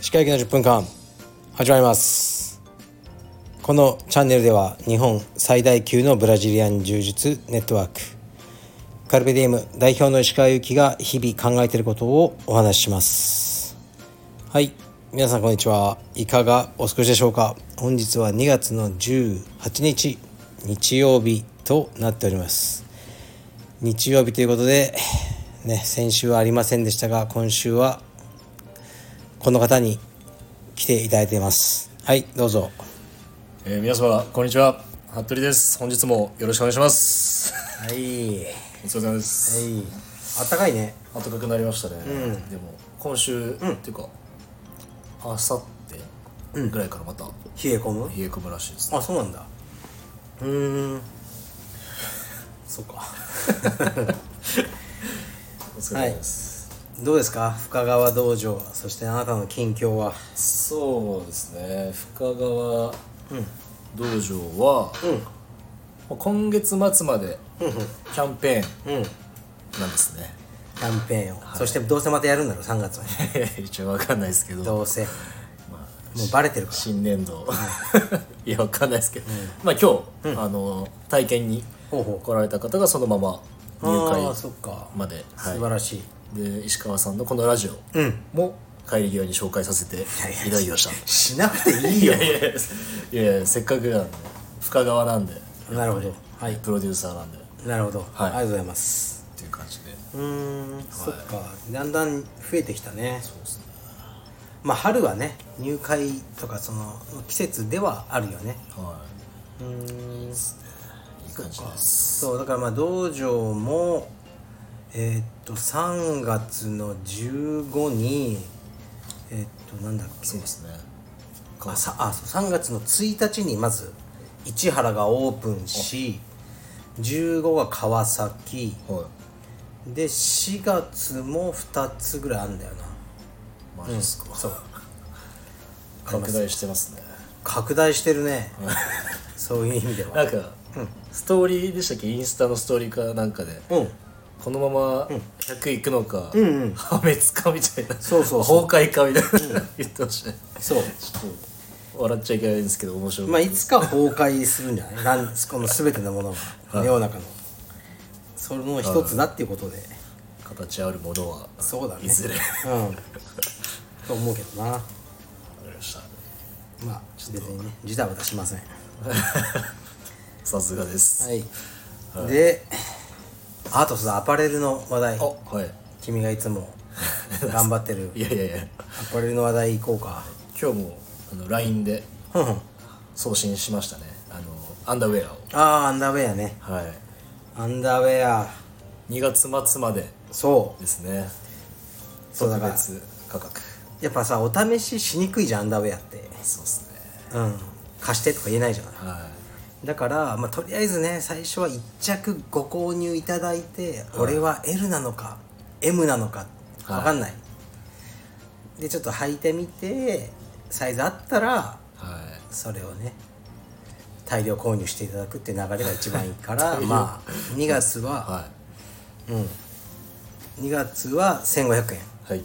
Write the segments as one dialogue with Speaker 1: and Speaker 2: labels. Speaker 1: 石川駅の10分間始まりますこのチャンネルでは日本最大級のブラジリアン柔術ネットワークカルベディエム代表の石川祐希が日々考えていることをお話ししますはい皆さんこんにちはいかがお過ごしでしょうか本日は2月の18日日曜日となっております日曜日ということでね先週はありませんでしたが今週はこの方に来ていただいていますはいどうぞ
Speaker 2: えー、皆様こんにちは服部です本日もよろしくお願いします
Speaker 1: はいは
Speaker 2: お疲れ様です、
Speaker 1: いあったかいね
Speaker 2: 暖かくなりましたね、でも今週、っていうか明後日ぐらいからまた冷
Speaker 1: 冷え込む
Speaker 2: え込むらしいです、ね
Speaker 1: あそうなんだうーんそうか
Speaker 2: お疲れ様です、
Speaker 1: どうですか深川道場そしてあなたの近況は
Speaker 2: そうですね深川道場は、もう今月末までキャンペーンなんですね、
Speaker 1: キャンペーンを、そしてどうせまたやるんだろう3月は
Speaker 2: 一応わかんないですけど
Speaker 1: どうせも
Speaker 2: まあ
Speaker 1: うバレてるか
Speaker 2: 新年度 いやわかんないですけど、まあ今日、あの体験に
Speaker 1: ほうほう
Speaker 2: 来られた方がそのまま
Speaker 1: らあ
Speaker 2: 入
Speaker 1: ーそっか
Speaker 2: 会まで、
Speaker 1: 素晴
Speaker 2: は
Speaker 1: らしい
Speaker 2: い、で石川さんのこのラジオも帰り際に紹介させていただきました
Speaker 1: しなくていいよ
Speaker 2: いやいやいやいやせっかくなんで深川なんで
Speaker 1: なるほどはい
Speaker 2: プロデューサーなんでっ
Speaker 1: なるほど、
Speaker 2: はい
Speaker 1: ありがとうございます
Speaker 2: ていう感じで
Speaker 1: うーん、そっかだんだん増えてきたね
Speaker 2: そうですね
Speaker 1: まあ春はね入会とかその季節ではあるよね
Speaker 2: は
Speaker 1: うーん
Speaker 2: いいい感じです
Speaker 1: そうだからまあ道場もえーっと3月の15にえーっとなんだっけ
Speaker 2: そうですね
Speaker 1: あさあそう3月の1日にまず市原がオープンし15が川崎
Speaker 2: はい
Speaker 1: で4月も2つぐらいあるんだよな
Speaker 2: マジですか、
Speaker 1: そう
Speaker 2: 拡大してますね
Speaker 1: 拡大してるねそういう意味では
Speaker 2: なんか、ストーリーでしたっけインスタのストーリーかなんかで、
Speaker 1: うん
Speaker 2: このまま100いくのか、破滅かみたいな
Speaker 1: そうそうそ
Speaker 2: 崩壊かみたいな、言ってましたね
Speaker 1: そう
Speaker 2: ちょっと笑っちゃいけないんですけど面白い、
Speaker 1: まあいつか崩壊するんじゃないなんこの全てのものが世の中のその一つだっていうことで
Speaker 2: 形あるものは
Speaker 1: そうだね
Speaker 2: いずれわか
Speaker 1: うんと思うけどな
Speaker 2: りました
Speaker 1: まあ別にねジタバタしません
Speaker 2: さすがです、
Speaker 1: はい、であとさアパレルの話題
Speaker 2: あはい
Speaker 1: 君がいつも頑張ってる
Speaker 2: いやいやいや
Speaker 1: アパレルの話題行こうか
Speaker 2: 今日もあの LINE で
Speaker 1: ふんふん
Speaker 2: 送信しましたねあのアンダーウェアを
Speaker 1: ああアンダーウェアね
Speaker 2: はい
Speaker 1: アンダーウェア
Speaker 2: 2月末まで
Speaker 1: そう
Speaker 2: ですね
Speaker 1: そうだ
Speaker 2: 特
Speaker 1: から
Speaker 2: 別価格
Speaker 1: やっぱさお試ししにくいじゃんアンダーウェアって
Speaker 2: そうですね
Speaker 1: うん貸してとか言えないじゃない
Speaker 2: は
Speaker 1: だから、まあ、とりあえずね最初は1着ご購入いただいて、俺は L なのか M なのか
Speaker 2: はい
Speaker 1: 分かんない、でちょっと履いてみてサイズあったら
Speaker 2: いは
Speaker 1: それをね大量購入していただくっていう流れが一番いいから まあ2月
Speaker 2: い
Speaker 1: は、
Speaker 2: は
Speaker 1: 2月は1500円
Speaker 2: いはい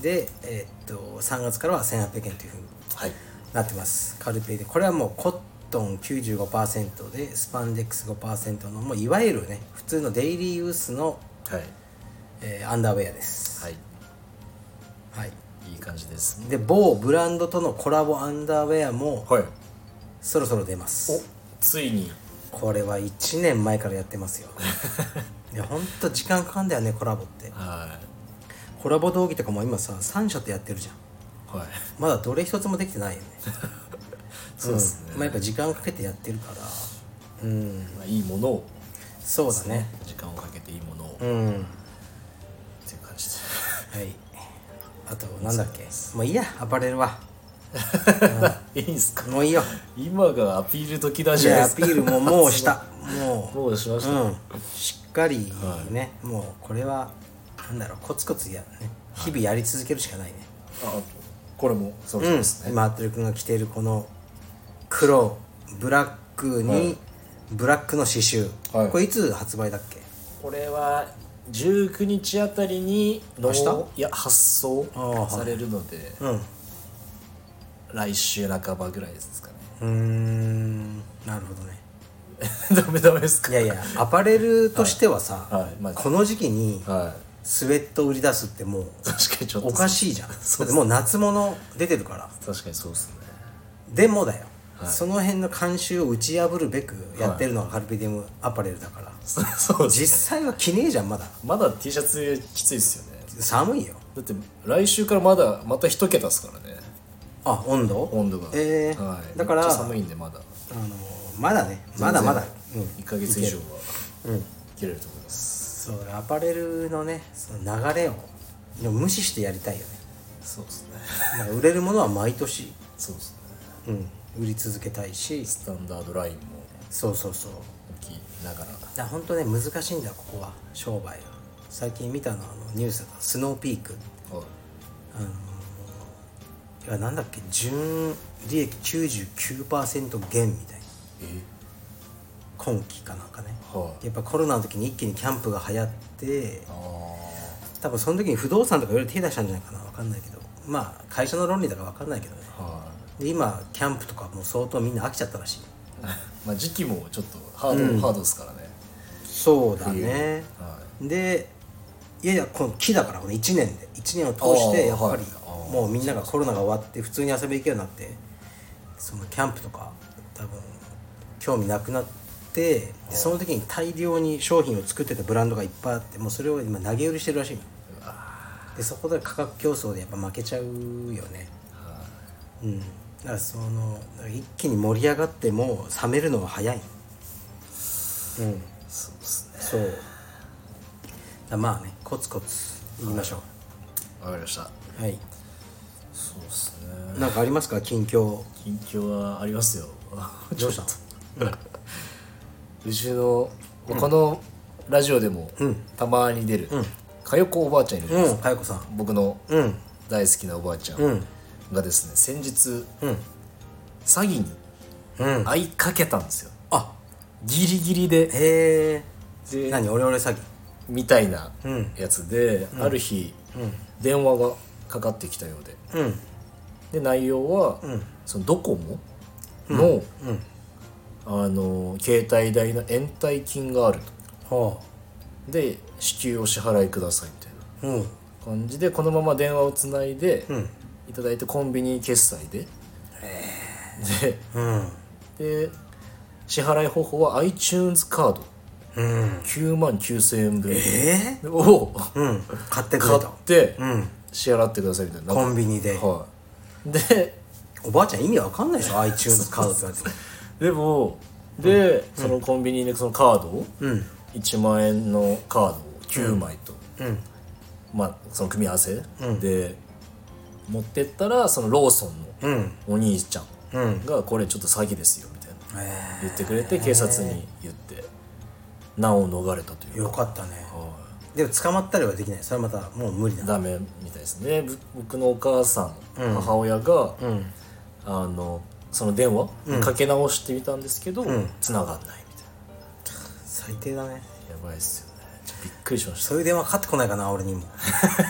Speaker 1: で、えーっと3月からは1800円というふうに
Speaker 2: はい
Speaker 1: なってますカルペイでこれはもうコットン95%でスパンデックス5%のもういわゆるね普通のデイリーユースの、
Speaker 2: はい
Speaker 1: えーアンダーウェアです
Speaker 2: はい
Speaker 1: はい
Speaker 2: いい感じですね
Speaker 1: で某ブランドとのコラボアンダーウェアも
Speaker 2: はい
Speaker 1: そろそろ出ます
Speaker 2: ついに
Speaker 1: これは1年前からやって ますよいやほんと時間かかんだよねコラボって
Speaker 2: は
Speaker 1: コラボ道着とかも今さ3社とやってるじゃん
Speaker 2: いはい
Speaker 1: まだどれ一つもできてないよね
Speaker 2: そうですね、
Speaker 1: まあやっぱ時間かけてやってるからうん
Speaker 2: まあ、いいものを
Speaker 1: そうだね
Speaker 2: 時間をかけていいものを、
Speaker 1: う
Speaker 2: っ
Speaker 1: ん
Speaker 2: ていう感じで
Speaker 1: はい。あと、なんだっけ。もういいや、アパレルは。
Speaker 2: いいんすか
Speaker 1: もういいよ。
Speaker 2: 今がアピール時だ
Speaker 1: じ
Speaker 2: じゃない
Speaker 1: ゃあ、
Speaker 2: で
Speaker 1: ア
Speaker 2: す
Speaker 1: ピ
Speaker 2: か
Speaker 1: ールももうした。も
Speaker 2: もうしまし
Speaker 1: う、
Speaker 2: た、
Speaker 1: うん。しっかりね、もうこれは、なんだろう、コツコツやね。日々やり続けるしかないね。
Speaker 2: あこれもそう
Speaker 1: うん
Speaker 2: ですね、
Speaker 1: 今、アトル君が着ているこの黒、ブラックに、ブラックの刺繍。
Speaker 2: はい
Speaker 1: これいつ発売だっけ
Speaker 2: これは19日あたりにの
Speaker 1: 明
Speaker 2: いや発送
Speaker 1: あーはい
Speaker 2: されるので、
Speaker 1: うん。
Speaker 2: 来週半ばぐらいですかね
Speaker 1: うーんなるほどね
Speaker 2: ダメダメですか
Speaker 1: いやいやアパレルとしてはさ、
Speaker 2: はいはいまあ
Speaker 1: この時期に
Speaker 2: は
Speaker 1: スウェット売り出すってもう
Speaker 2: い確かにちょっと
Speaker 1: おかしいじゃんだってもう夏物出てるから
Speaker 2: 確かにそうですね
Speaker 1: でもだよ、その辺の慣習を打ち破るべくやってるのがカルピディウムアパレルだから、
Speaker 2: そそうです
Speaker 1: 実際は着ねえじゃんまだ
Speaker 2: まだ T シャツきついっすよね
Speaker 1: 寒いよ
Speaker 2: だって来週からまだまた一桁ですからね
Speaker 1: あ温度
Speaker 2: 温度が
Speaker 1: えー
Speaker 2: はい、
Speaker 1: だから
Speaker 2: めっちゃ
Speaker 1: あの
Speaker 2: 寒いんでまだ
Speaker 1: まだねまだまだ
Speaker 2: 1か月以上は切れると思います、
Speaker 1: そうアパレルのねその流れをでも無視してやり たいよね
Speaker 2: そうですね
Speaker 1: なんか売れるものは毎年、
Speaker 2: そうですね
Speaker 1: うん、売り続けたいし
Speaker 2: スタンダードラインも
Speaker 1: そうそうそう
Speaker 2: 置きながら
Speaker 1: だから本当ね難しいんだここは商売は最近見たのはあのニュースだとスノーピーク
Speaker 2: はい
Speaker 1: いやなんだっけ純利益99%減みたいな
Speaker 2: え
Speaker 1: 今期かなんかね
Speaker 2: はい
Speaker 1: やっぱコロナの時に一気にキャンプが流行って
Speaker 2: ああ
Speaker 1: 多分その時に不動産とかいろいろ手出したんじゃないかな分かんないけどまあ会社の論理だから分かんないけどね
Speaker 2: は
Speaker 1: で今キャンプとかもう相当みんな飽きちゃったらしい
Speaker 2: い まあ時期もちょっとハード、ハードですからね
Speaker 1: そうだね、
Speaker 2: は
Speaker 1: でいやいやこの木だからこの1年で1年を通してや
Speaker 2: あ
Speaker 1: っ
Speaker 2: ー
Speaker 1: ぱり
Speaker 2: はいあー
Speaker 1: もうみんながコロナが終わって普通に遊び行けるようになってそのキャンプとか多分興味なくなってでその時に大量に商品を作ってたブランドがいっぱいあってもうそれを今投げ売りしてるらしいのでそこで価格競争でやっぱ負けちゃうよねうんだからそのだから一気に盛り上がっても冷めるのが早いうん
Speaker 2: そうですね
Speaker 1: そうだまあねコツコツ言いましょ
Speaker 2: わかりました
Speaker 1: うはい
Speaker 2: そうですね
Speaker 1: なんかありますか近況
Speaker 2: 近況はありますよ
Speaker 1: どうした
Speaker 2: うちの、まあこのラジオでもたまに出る、かよこおばあちゃんいるじゃないで
Speaker 1: う
Speaker 2: す
Speaker 1: ん佳代子さん
Speaker 2: か、僕の
Speaker 1: うん
Speaker 2: 大好きなおばあちゃん
Speaker 1: うん
Speaker 2: がですね先日
Speaker 1: うん
Speaker 2: 詐欺に
Speaker 1: うん
Speaker 2: 会いかけたんですよ
Speaker 1: あ
Speaker 2: ギリギリで
Speaker 1: へえ
Speaker 2: で
Speaker 1: 何オレオレ詐欺
Speaker 2: みたいなんやつで、ある日、電話がかかってきたようで
Speaker 1: うん
Speaker 2: で内容は、そのドコモの、あの携帯代の延滞金があると
Speaker 1: は
Speaker 2: で支給お支払いくださいみたいな
Speaker 1: あうん
Speaker 2: 感じでこのまま電話をつないで、
Speaker 1: ん
Speaker 2: いただいてコンビニ決済で、
Speaker 1: うん
Speaker 2: でで支払い方法は iTunes カード
Speaker 1: うん
Speaker 2: 9万9000円分
Speaker 1: え
Speaker 2: を
Speaker 1: ー、うん買ってくれ
Speaker 2: 買ったて
Speaker 1: うん
Speaker 2: 支払ってくださいみたいな
Speaker 1: コンビニで
Speaker 2: はいで
Speaker 1: おばあちゃん意味わかんないでしょ iTunes 買うって言われても
Speaker 2: でもで、そのコンビニでそのカードを、
Speaker 1: ん
Speaker 2: 1万円のカードを9枚と、
Speaker 1: うん
Speaker 2: まあその組み合わせで、持ってったらそのローソンの、
Speaker 1: うん
Speaker 2: お兄ちゃ
Speaker 1: うん
Speaker 2: が「これちょっと詐欺ですよ」みたいな
Speaker 1: え
Speaker 2: 言ってくれて警察に言って難を逃れたとい
Speaker 1: ー、
Speaker 2: う
Speaker 1: よかったねでも捕まったりはできないそれはまたもう無理だ
Speaker 2: ダメみたいですねぶ僕のお母さん、母親が、
Speaker 1: ん
Speaker 2: あのその電話、かけ直してみたんですけど
Speaker 1: ん
Speaker 2: 繋がんないみた
Speaker 1: 最低だね
Speaker 2: いなやばいっすよねちょっとびっくりしまし
Speaker 1: そういう電話かかってこないかな俺にも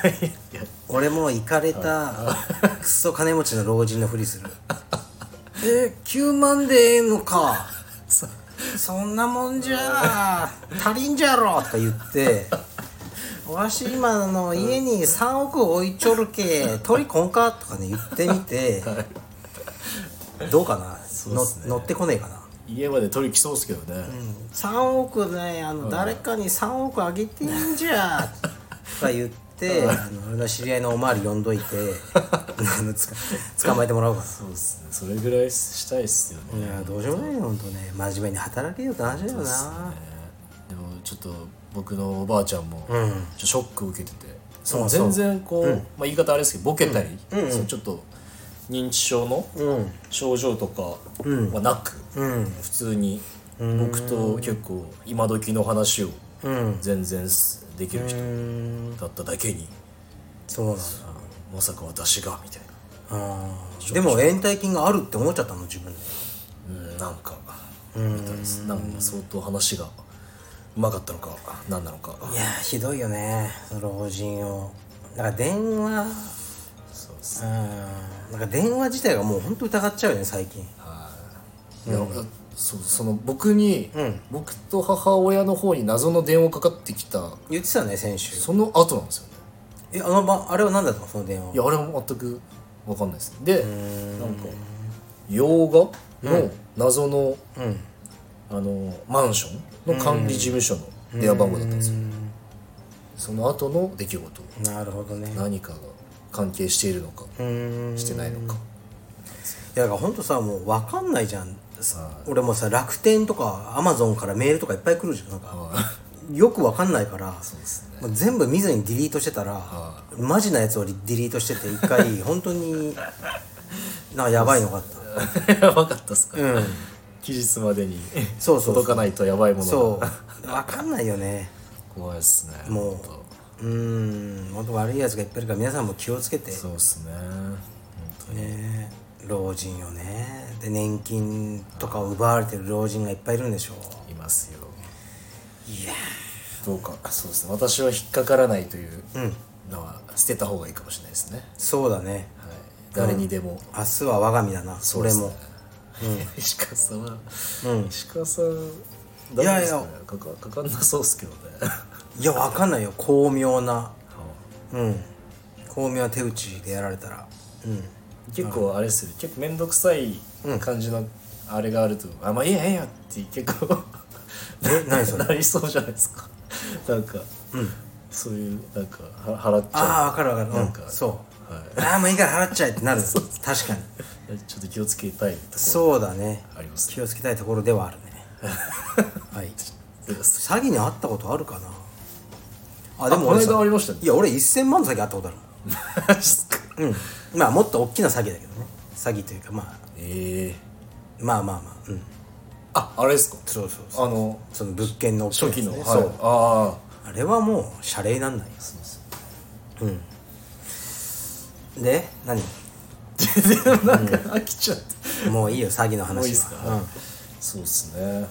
Speaker 2: た いや
Speaker 1: 俺も行かれたクソ金持ちの老人のふりする え9万でええのか
Speaker 2: そ
Speaker 1: そんなもんじゃ足りんじゃろとか言ってわし今の家に3億置いちょるけ取りこんかとかね言ってみてどうかなの乗ってこねえかな
Speaker 2: 家まで取り来そうっすけどね、
Speaker 1: 3億ねあの誰かに3億あげていいんじゃ とか言ってあの俺の知り合いのおまわり呼んどいて あのつか捕まえてもらおうか
Speaker 2: そうっすねそれぐらいしたいっすよね、
Speaker 1: ないやどうしようもないよほんとね真面目に働けよって話だよな
Speaker 2: でもちょっと僕のおばあちゃんも、ちょっとショック受けててその
Speaker 1: そうそう
Speaker 2: 全然こう、まあ、言い方あれですけどボケたり、そのちょっと認知症の症状とかはなく、普通に僕と結構今時の話を全然できる人だっただけに、
Speaker 1: そうなんだ
Speaker 2: まさか私がみたい
Speaker 1: あーでも延滞金があるって思っちゃったの自分で
Speaker 2: な、うん、なんかみたいですなんか相当話がうまかったのか何なのか
Speaker 1: いやーひどいよねその老人をだから電話
Speaker 2: そうです
Speaker 1: うんなんか電話自体がもう本当疑っちゃうよね最近
Speaker 2: いや、そうその僕に、
Speaker 1: ん
Speaker 2: 僕と母親の方に謎の電話かかってきた
Speaker 1: 言ってたね先週
Speaker 2: その後なんですよね
Speaker 1: えあの、まあれは何だったのその電話
Speaker 2: いやあれは全く分かんないですでなんか洋画の謎の、あのマンションの管理事務所の電話番号だったんですよその後の出来事
Speaker 1: なるほどね
Speaker 2: 何かが関係しているのか
Speaker 1: うんい
Speaker 2: してないのか
Speaker 1: やだから本当さもう分かんないじゃんさ俺もさ楽天とかアマゾンからメールとかいっぱい来るじゃんなんか
Speaker 2: あ
Speaker 1: よく分かんないから
Speaker 2: そうですね
Speaker 1: もう全部見ずにディリートしてたらマジなやつをディリートしてて一回 本当になんかやばいのがあった
Speaker 2: やばかったっすか、
Speaker 1: うん
Speaker 2: 期日までに
Speaker 1: そうそう
Speaker 2: 届かないとやばいものが
Speaker 1: そう分かんないよね
Speaker 2: 怖いっすね
Speaker 1: もう
Speaker 2: ほんと
Speaker 1: うーん本当悪いやつがいっぱいいるから皆さんも気をつけて
Speaker 2: そうっすね本当に
Speaker 1: ね老人よねで年金とかを奪われてる老人がいっぱいいるんでしょ
Speaker 2: いますよどうかそうですね私は引っかからないというのは捨てた方がいいかもしれないですね、
Speaker 1: そうだね
Speaker 2: はい、誰にでも、
Speaker 1: 明日は我が身だな
Speaker 2: そ
Speaker 1: そう
Speaker 2: で
Speaker 1: れ
Speaker 2: すね
Speaker 1: も
Speaker 2: 石川さんは、石川さん大
Speaker 1: いやいや
Speaker 2: 丈夫ですかねかかかかんなそうっす けどね
Speaker 1: いや分かんないよ巧妙なうん巧妙な手打ちでやられたらうん
Speaker 2: 結構あれっする結構面倒くさい感じのあれがあると、あまあいいやいいやって結構
Speaker 1: え何それ
Speaker 2: なりそうじゃないですかなんか、そういうなんかは払っちゃ
Speaker 1: ああ分かる分かる
Speaker 2: なん
Speaker 1: う
Speaker 2: か
Speaker 1: んそ
Speaker 2: はいう
Speaker 1: ああもういいから払っちゃえって なる確かに
Speaker 2: うちょっと気をつけたいところ
Speaker 1: そうだね
Speaker 2: ありますね
Speaker 1: 気をつけたいところではあるね はい
Speaker 2: です
Speaker 1: 詐欺に遭ったことあるかなあ
Speaker 2: でもこの
Speaker 1: 俺さ
Speaker 2: 間ありましたね
Speaker 1: いや俺1000万の詐欺あったことある
Speaker 2: マジっすか
Speaker 1: もんうんまあもっと大きな詐欺だけどね詐欺というかまあ
Speaker 2: ええ
Speaker 1: まあまあまあうん
Speaker 2: ああれですか
Speaker 1: そうそうそう
Speaker 2: あの
Speaker 1: その物件の大きな
Speaker 2: 初
Speaker 1: やつ
Speaker 2: 期
Speaker 1: ね
Speaker 2: の、
Speaker 1: そ
Speaker 2: はいうあ
Speaker 1: あれはもう謝礼なんない
Speaker 2: あそうです
Speaker 1: で何
Speaker 2: なんか飽きちゃって、
Speaker 1: もういいよ詐欺の話は
Speaker 2: もういいっすか、
Speaker 1: うん
Speaker 2: そうですね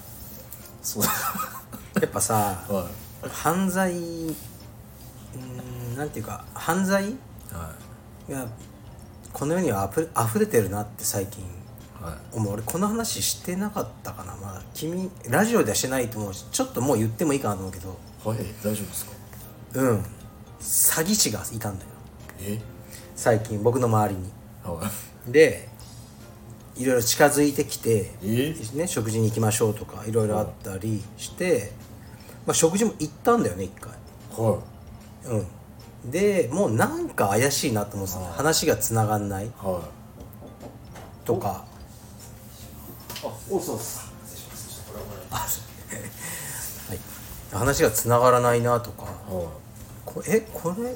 Speaker 2: そう
Speaker 1: やっぱさ
Speaker 2: は
Speaker 1: 犯罪うんなんていうか犯罪
Speaker 2: いは
Speaker 1: がこの世にはあふ溢れてるなって最近
Speaker 2: いはい
Speaker 1: 思う俺この話してなかったかなまだ君ラジオではしてないと思うしちょっともう言ってもいいかなと思うけど
Speaker 2: はい大丈夫ですか
Speaker 1: うん詐欺師がいたんだよ
Speaker 2: え
Speaker 1: 最近僕の周りに
Speaker 2: は
Speaker 1: でいろいろ近づいてきて、
Speaker 2: え
Speaker 1: ね、食事に行きましょうとかいろいろあったりして、まあ、食事も行ったんだよね一回
Speaker 2: いは
Speaker 1: うんでもうなんか怪しいなと思ってたの話がつながんない
Speaker 2: いはい
Speaker 1: とか
Speaker 2: あおそうです
Speaker 1: はい、話がつながらないなとか
Speaker 2: は
Speaker 1: こえこれ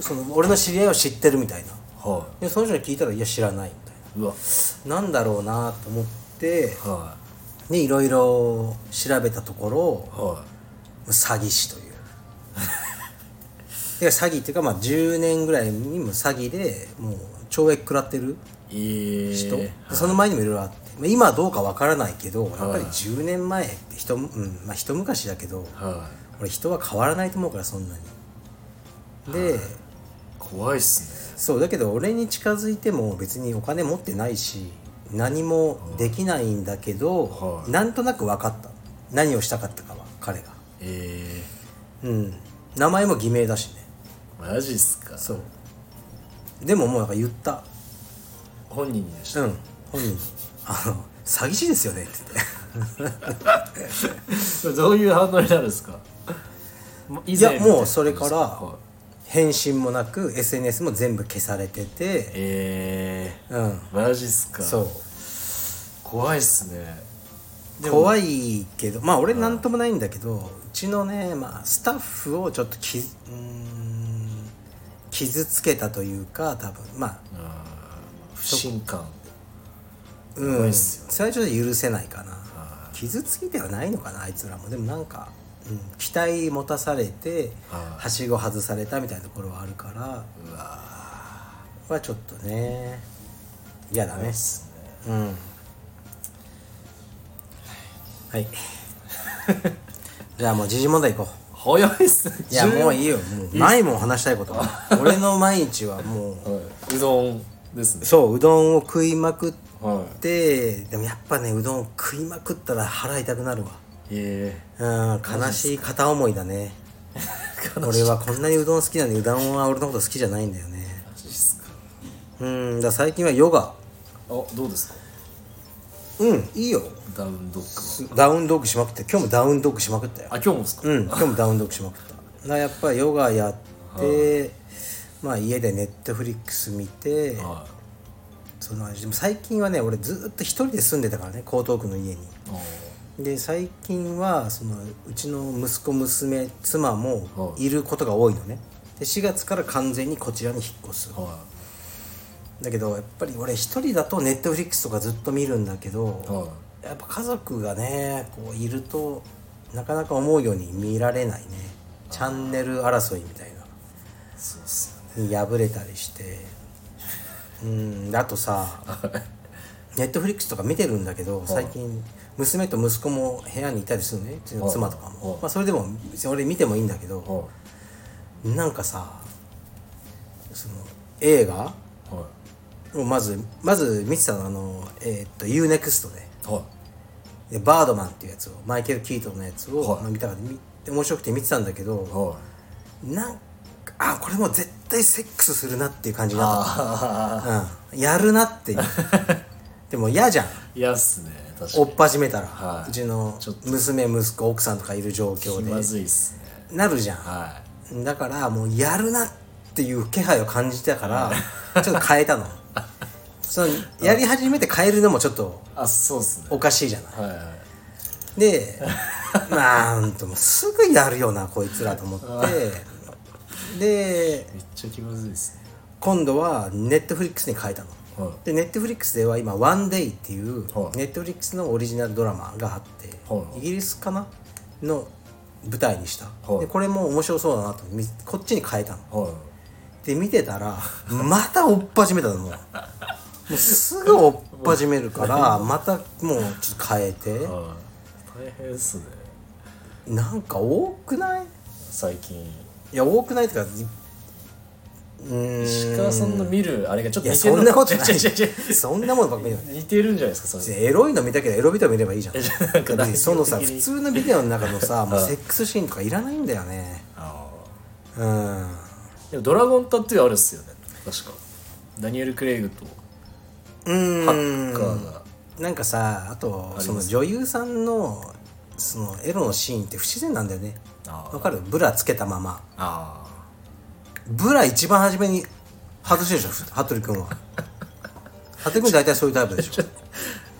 Speaker 1: その俺の知り合いを知ってるみたいない
Speaker 2: は
Speaker 1: でその人に聞いたらいや知らないみたい
Speaker 2: いうわ
Speaker 1: ななんだろうなと思って
Speaker 2: は
Speaker 1: でいろいろ調べたところ
Speaker 2: いは
Speaker 1: 詐欺師という で詐欺っていうか、まあ、10年ぐらいにも詐欺でもう懲役食らってる
Speaker 2: いええ
Speaker 1: 人、でその前にもいろいろあって、まあ、今はどうかわからないけどやっぱり10年前って人、うんまあ、一昔だけど、
Speaker 2: はい
Speaker 1: 俺人は変わらないと思うからそんなにで、
Speaker 2: 怖いっすね
Speaker 1: そうだけど俺に近づいても別にお金持ってないし何もできないんだけど、
Speaker 2: はい
Speaker 1: なんとなく分かった何をしたかったかは彼が
Speaker 2: え
Speaker 1: うん名前も偽名だしね
Speaker 2: えマジっすか
Speaker 1: そうでももうなんか言った
Speaker 2: 本人にでした、
Speaker 1: うん本人にあの詐欺師ですよ ねって言って
Speaker 2: それどういう反応になるんですかもう以
Speaker 1: いや
Speaker 2: 前
Speaker 1: もうそれか
Speaker 2: は
Speaker 1: ら返信もなく SNS も全部消されて
Speaker 2: い
Speaker 1: て
Speaker 2: ええ
Speaker 1: うん
Speaker 2: マジっすか
Speaker 1: そう
Speaker 2: 怖いっすね
Speaker 1: 怖いけどまあ俺なんともないんだけど、うちのね、まあ、スタッフをちょっときうーん傷つけたというか多分まあ
Speaker 2: 不信感
Speaker 1: うんそれはちょっと許せないかな傷ついてはないのかなあいつらもでもなんか、うん、期待持たされて
Speaker 2: は
Speaker 1: はしご外されたみたいなところはあるから
Speaker 2: うわ
Speaker 1: はちょっとね嫌だね
Speaker 2: ーす
Speaker 1: う
Speaker 2: ね
Speaker 1: ん はいじゃあもう時事問題いこう
Speaker 2: 早いっすね
Speaker 1: いやもう
Speaker 2: い
Speaker 1: いいよもうないもん話したいこと 俺の毎日はもう
Speaker 2: うどんですね
Speaker 1: そううどんを食いまくっ
Speaker 2: は
Speaker 1: てでもやっぱねうどんを食いまくったら腹痛くなるわ
Speaker 2: いえ
Speaker 1: うん悲しい片思いだね俺はこんなにうどん好きなのにうどんは俺のこと好きじゃないんだよね
Speaker 2: えマジっすか
Speaker 1: うんだから最近はヨガ
Speaker 2: あどうですか
Speaker 1: うんいいよ
Speaker 2: ダウンドッグ
Speaker 1: ダウンドッグしまくって今日もダウンドッグしまくったよ
Speaker 2: はあ今日もですか、
Speaker 1: うん今日もダウンドッグしまくっただからやっぱりヨガやってまあ家でネットフリックス見て
Speaker 2: はい
Speaker 1: そのでも最近はね俺ずっと一人で住んでたからね江東区の家に
Speaker 2: あ
Speaker 1: で最近はそのうちの息子娘妻も
Speaker 2: はい
Speaker 1: いることが多いのねで4月から完全にこちらに引っ越す
Speaker 2: ーは
Speaker 1: だけどやっぱり俺一人だとネットフリックスとかずっと見るんだけ
Speaker 2: い
Speaker 1: ど
Speaker 2: は
Speaker 1: やっぱ家族がねこういるとなかなか思うように見られないねチャンネル争いみたいない
Speaker 2: そうっすよね
Speaker 1: に敗れたりしてうんであと さネットフリックスとか見てるんだけど最近娘と息子も部屋にいたりするのねうちの妻とか
Speaker 2: は
Speaker 1: も
Speaker 2: い、
Speaker 1: まあ、それでも別に俺見てもいいんだけど
Speaker 2: は
Speaker 1: なんかさその映画
Speaker 2: いは
Speaker 1: をまずまず見てたのあのえーっと UNEXT で
Speaker 2: いはい
Speaker 1: でバードマンっていうやつをマイケル・キートンのやつを、
Speaker 2: はい
Speaker 1: まあ見たから見て面白くて見てたんだけど、
Speaker 2: はい
Speaker 1: なんかあこれもう絶対セックスするなっていう感じになった
Speaker 2: あ
Speaker 1: うん、やるなって いうでも嫌じゃん
Speaker 2: あ嫌っすね確か
Speaker 1: 追っ始めたら、
Speaker 2: はいう
Speaker 1: ちの
Speaker 2: ちょっと
Speaker 1: 娘息子奥さんとかいる状況
Speaker 2: に気ま
Speaker 1: で
Speaker 2: ずいっすね
Speaker 1: なるじゃん、
Speaker 2: は
Speaker 1: だからもうやるなっていう気配を感じたからちょっと変えた のそのやり始めて変えるのもちょっと
Speaker 2: いあそうっすね
Speaker 1: おかしいじゃない
Speaker 2: はいはい
Speaker 1: でまあほんともうすぐやるよなこいつらと思ってで
Speaker 2: めっちゃ気まずいっすね
Speaker 1: 今度はネットフリックスに変えたの
Speaker 2: はい
Speaker 1: でネットフリックスでは今「ワンデイっていう
Speaker 2: はい
Speaker 1: ネットフリックスのオリジナルドラマがあって、
Speaker 2: はい
Speaker 1: イギリスかなの舞台にした、
Speaker 2: はい
Speaker 1: でこれも面白そうだなと思ってみこっちに変えたの
Speaker 2: はい
Speaker 1: で見てたらまた追っ始めたのもうもうすぐ追っ始めるからまたもうちょっと変えて
Speaker 2: はい大変っすね
Speaker 1: なんか多くない
Speaker 2: 最近
Speaker 1: いや多くないってかいうーん
Speaker 2: 石川さんの見るあれがちょっ
Speaker 1: い
Speaker 2: と
Speaker 1: や
Speaker 2: 似てる
Speaker 1: そんなことない
Speaker 2: 違う違う違う
Speaker 1: そんなものばっかり見ない
Speaker 2: 似てるんじゃないですかそれ
Speaker 1: エロいの見たけどエロビデオ見ればいいじゃん
Speaker 2: なんか代表的に
Speaker 1: そのさ普通のビデオの中のさ もう
Speaker 2: あ
Speaker 1: セックスシーンとかいらないんだよね
Speaker 2: あ
Speaker 1: うん
Speaker 2: ーでも「ドラゴンタトゥー」あるっすよね確かダニエル・クレイグと
Speaker 1: うん
Speaker 2: ハッカーが
Speaker 1: なんかさあと
Speaker 2: あり
Speaker 1: その
Speaker 2: ます
Speaker 1: 女優さんのそのエロのシーンって不自然なんだよね
Speaker 2: あ
Speaker 1: わかるブラつけたまま
Speaker 2: あ
Speaker 1: ブラ一番初めに外してるでしょ服部君 は服部君大体そういうタイプでしょ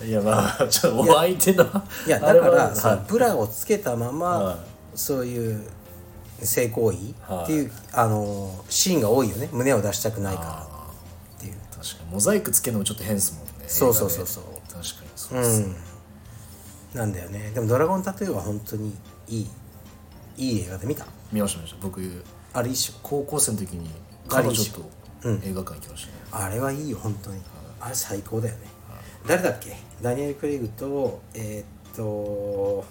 Speaker 2: ーいやまあちょっとお相手の
Speaker 1: いや
Speaker 2: あ
Speaker 1: だ
Speaker 2: れ
Speaker 1: か
Speaker 2: は
Speaker 1: らその
Speaker 2: は
Speaker 1: ブラをつけたま
Speaker 2: は
Speaker 1: まそういう性行為
Speaker 2: はい
Speaker 1: っていうあのシーンが多いよね胸を出したくないから
Speaker 2: あ
Speaker 1: っていう
Speaker 2: ー確かにモザイクつけるのもちょっと変っすもんね
Speaker 1: そうそうそう
Speaker 2: 映
Speaker 1: そう
Speaker 2: 画で確かにそうですね
Speaker 1: なんだよねでも「ドラゴンタトゥー」は本当にいいいい映画で見た
Speaker 2: 見ました見ました僕
Speaker 1: あれ一緒
Speaker 2: 高校生の時に彼女と映画館行きましたね、
Speaker 1: あれはいいよ本当にあれ最高だよね誰だっけダニエル・クレイグとえーっと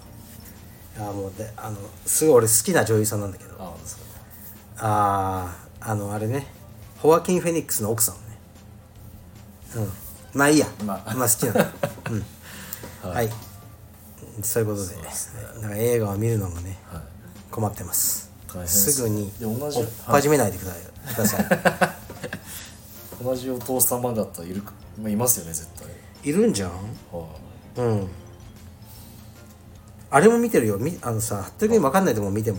Speaker 1: あもうであのすごい俺好きな女優さんなんだけど
Speaker 2: ああそう
Speaker 1: あああのあれねホワキン・フェニックスの奥さんねうんまあいいやま
Speaker 2: ま
Speaker 1: あ、好
Speaker 2: あ
Speaker 1: きなんだうんはい、そういうことではいなんか映画を見るのもね、困ってます
Speaker 2: 大変です
Speaker 1: すぐに
Speaker 2: で同じ
Speaker 1: 追っ始めないでください、くださ
Speaker 2: 同じお父様方いるか、まあ、いますよね絶対、
Speaker 1: いいるんじゃん
Speaker 2: は
Speaker 1: うんあれも見てるよみあのさ服部君分かんないと思う見ても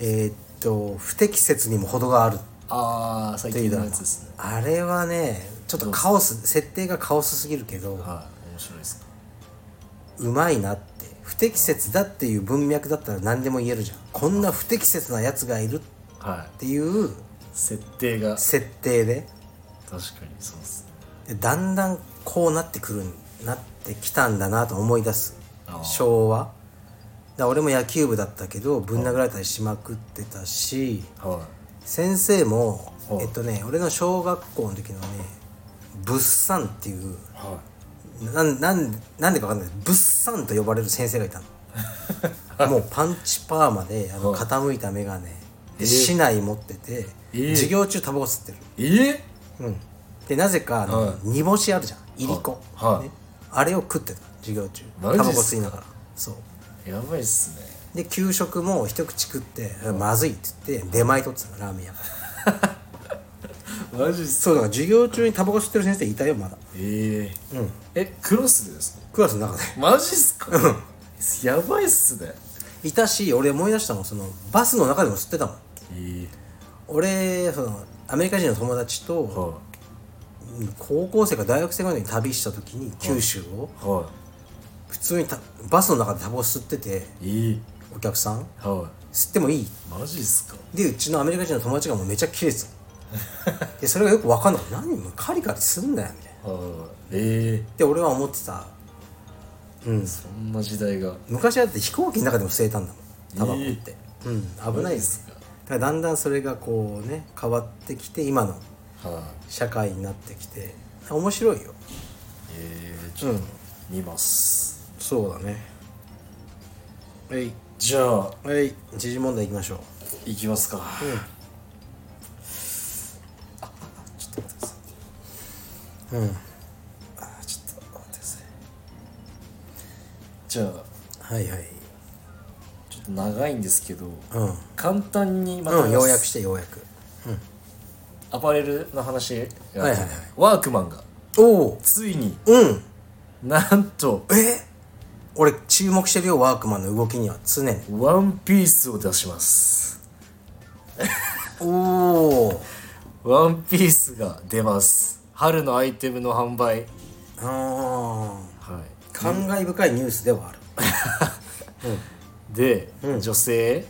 Speaker 1: えーっと不適切にも程がある
Speaker 2: あ、ああ最近のやつですね
Speaker 1: あれはねちょっとカオス設定がカオスすぎるけど
Speaker 2: はい面白いですね
Speaker 1: うまいなって不適切だっていう文脈だったら何でも言えるじゃんこんな不適切なやつがいるっ
Speaker 2: はい
Speaker 1: ていう
Speaker 2: 設定が確
Speaker 1: 設定で
Speaker 2: かにそうですね
Speaker 1: でだんだんこうなってくるなってきたんだなと思い出す
Speaker 2: あー
Speaker 1: 昭和だから俺も野球部だったけどぶん殴られたりしまくってたし
Speaker 2: は
Speaker 1: 先生も
Speaker 2: はい
Speaker 1: えっとね俺の小学校の時のね物産っていう
Speaker 2: いはい
Speaker 1: なんなんなんでかわかんない物産と呼ばれる先生がいたの もうパンチパーマであの
Speaker 2: はい
Speaker 1: 傾いた眼鏡
Speaker 2: え
Speaker 1: で市内持ってて、
Speaker 2: えー
Speaker 1: 授業中タバコ吸ってる、
Speaker 2: え
Speaker 1: うん、でなぜかあの、
Speaker 2: はい
Speaker 1: 煮干しあるじゃんいりこ、
Speaker 2: はいはい
Speaker 1: ね、あれを食ってた授業中タ
Speaker 2: マジっす
Speaker 1: バ
Speaker 2: か
Speaker 1: コ吸いながらそう
Speaker 2: やばいっすね
Speaker 1: で給食も一口食ってまずいって言って出前取ってたのラーメン屋から
Speaker 2: マジっ す
Speaker 1: そうだから授業中にタバコ吸ってる先生いたよまだ
Speaker 2: えええクロスでですか
Speaker 1: クラスの中で
Speaker 2: マジっすかやばいっすね
Speaker 1: いたし俺思い出したもんそのバスの中でも吸ってたもん
Speaker 2: え
Speaker 1: 俺そのアメリカ人の友達と、
Speaker 2: えは
Speaker 1: うん高校生か大学生ぐらいの時に旅した時に九州を
Speaker 2: いは
Speaker 1: 普通にたバスの中でタバコ吸ってて
Speaker 2: いえ
Speaker 1: お客さん
Speaker 2: えは
Speaker 1: 吸ってもいい
Speaker 2: いマジっすか
Speaker 1: でうちのアメリカ人の友達がもうめちゃ切れてたのでそれがよく分かんなくて何もうカリカリすんだよみたいな
Speaker 2: はいえ
Speaker 1: で俺は思ってた
Speaker 2: えそんな時代が
Speaker 1: 昔だって飛行機の中でも吸えたんだもんタバコって、うん危ないです
Speaker 2: マ
Speaker 1: だ
Speaker 2: ジっ
Speaker 1: からだんだんそれがこうね変わってきて今の
Speaker 2: すかはい
Speaker 1: 社会になってきて面白いよ
Speaker 2: ええちょっと見ます
Speaker 1: そうだねはい
Speaker 2: じゃあ
Speaker 1: はい時事問題いきましょう
Speaker 2: いきますか、あちょっと待ってくださいじゃあ
Speaker 1: はいはい
Speaker 2: ちょっと長いんですけど、
Speaker 1: うん
Speaker 2: 簡単にまた、
Speaker 1: うん、ようやくしてようやく
Speaker 2: アパレルの話やってて、
Speaker 1: はいはいはい
Speaker 2: ワークマンが
Speaker 1: おお
Speaker 2: ついに
Speaker 1: うん
Speaker 2: なんと
Speaker 1: え俺注目してるよワークマンの動きには常に
Speaker 2: ワンピースを出します
Speaker 1: おお
Speaker 2: ワンピースが出ます春のアイテムの販売
Speaker 1: あ
Speaker 2: は
Speaker 1: ー感慨深いニュースではある
Speaker 2: いで、女性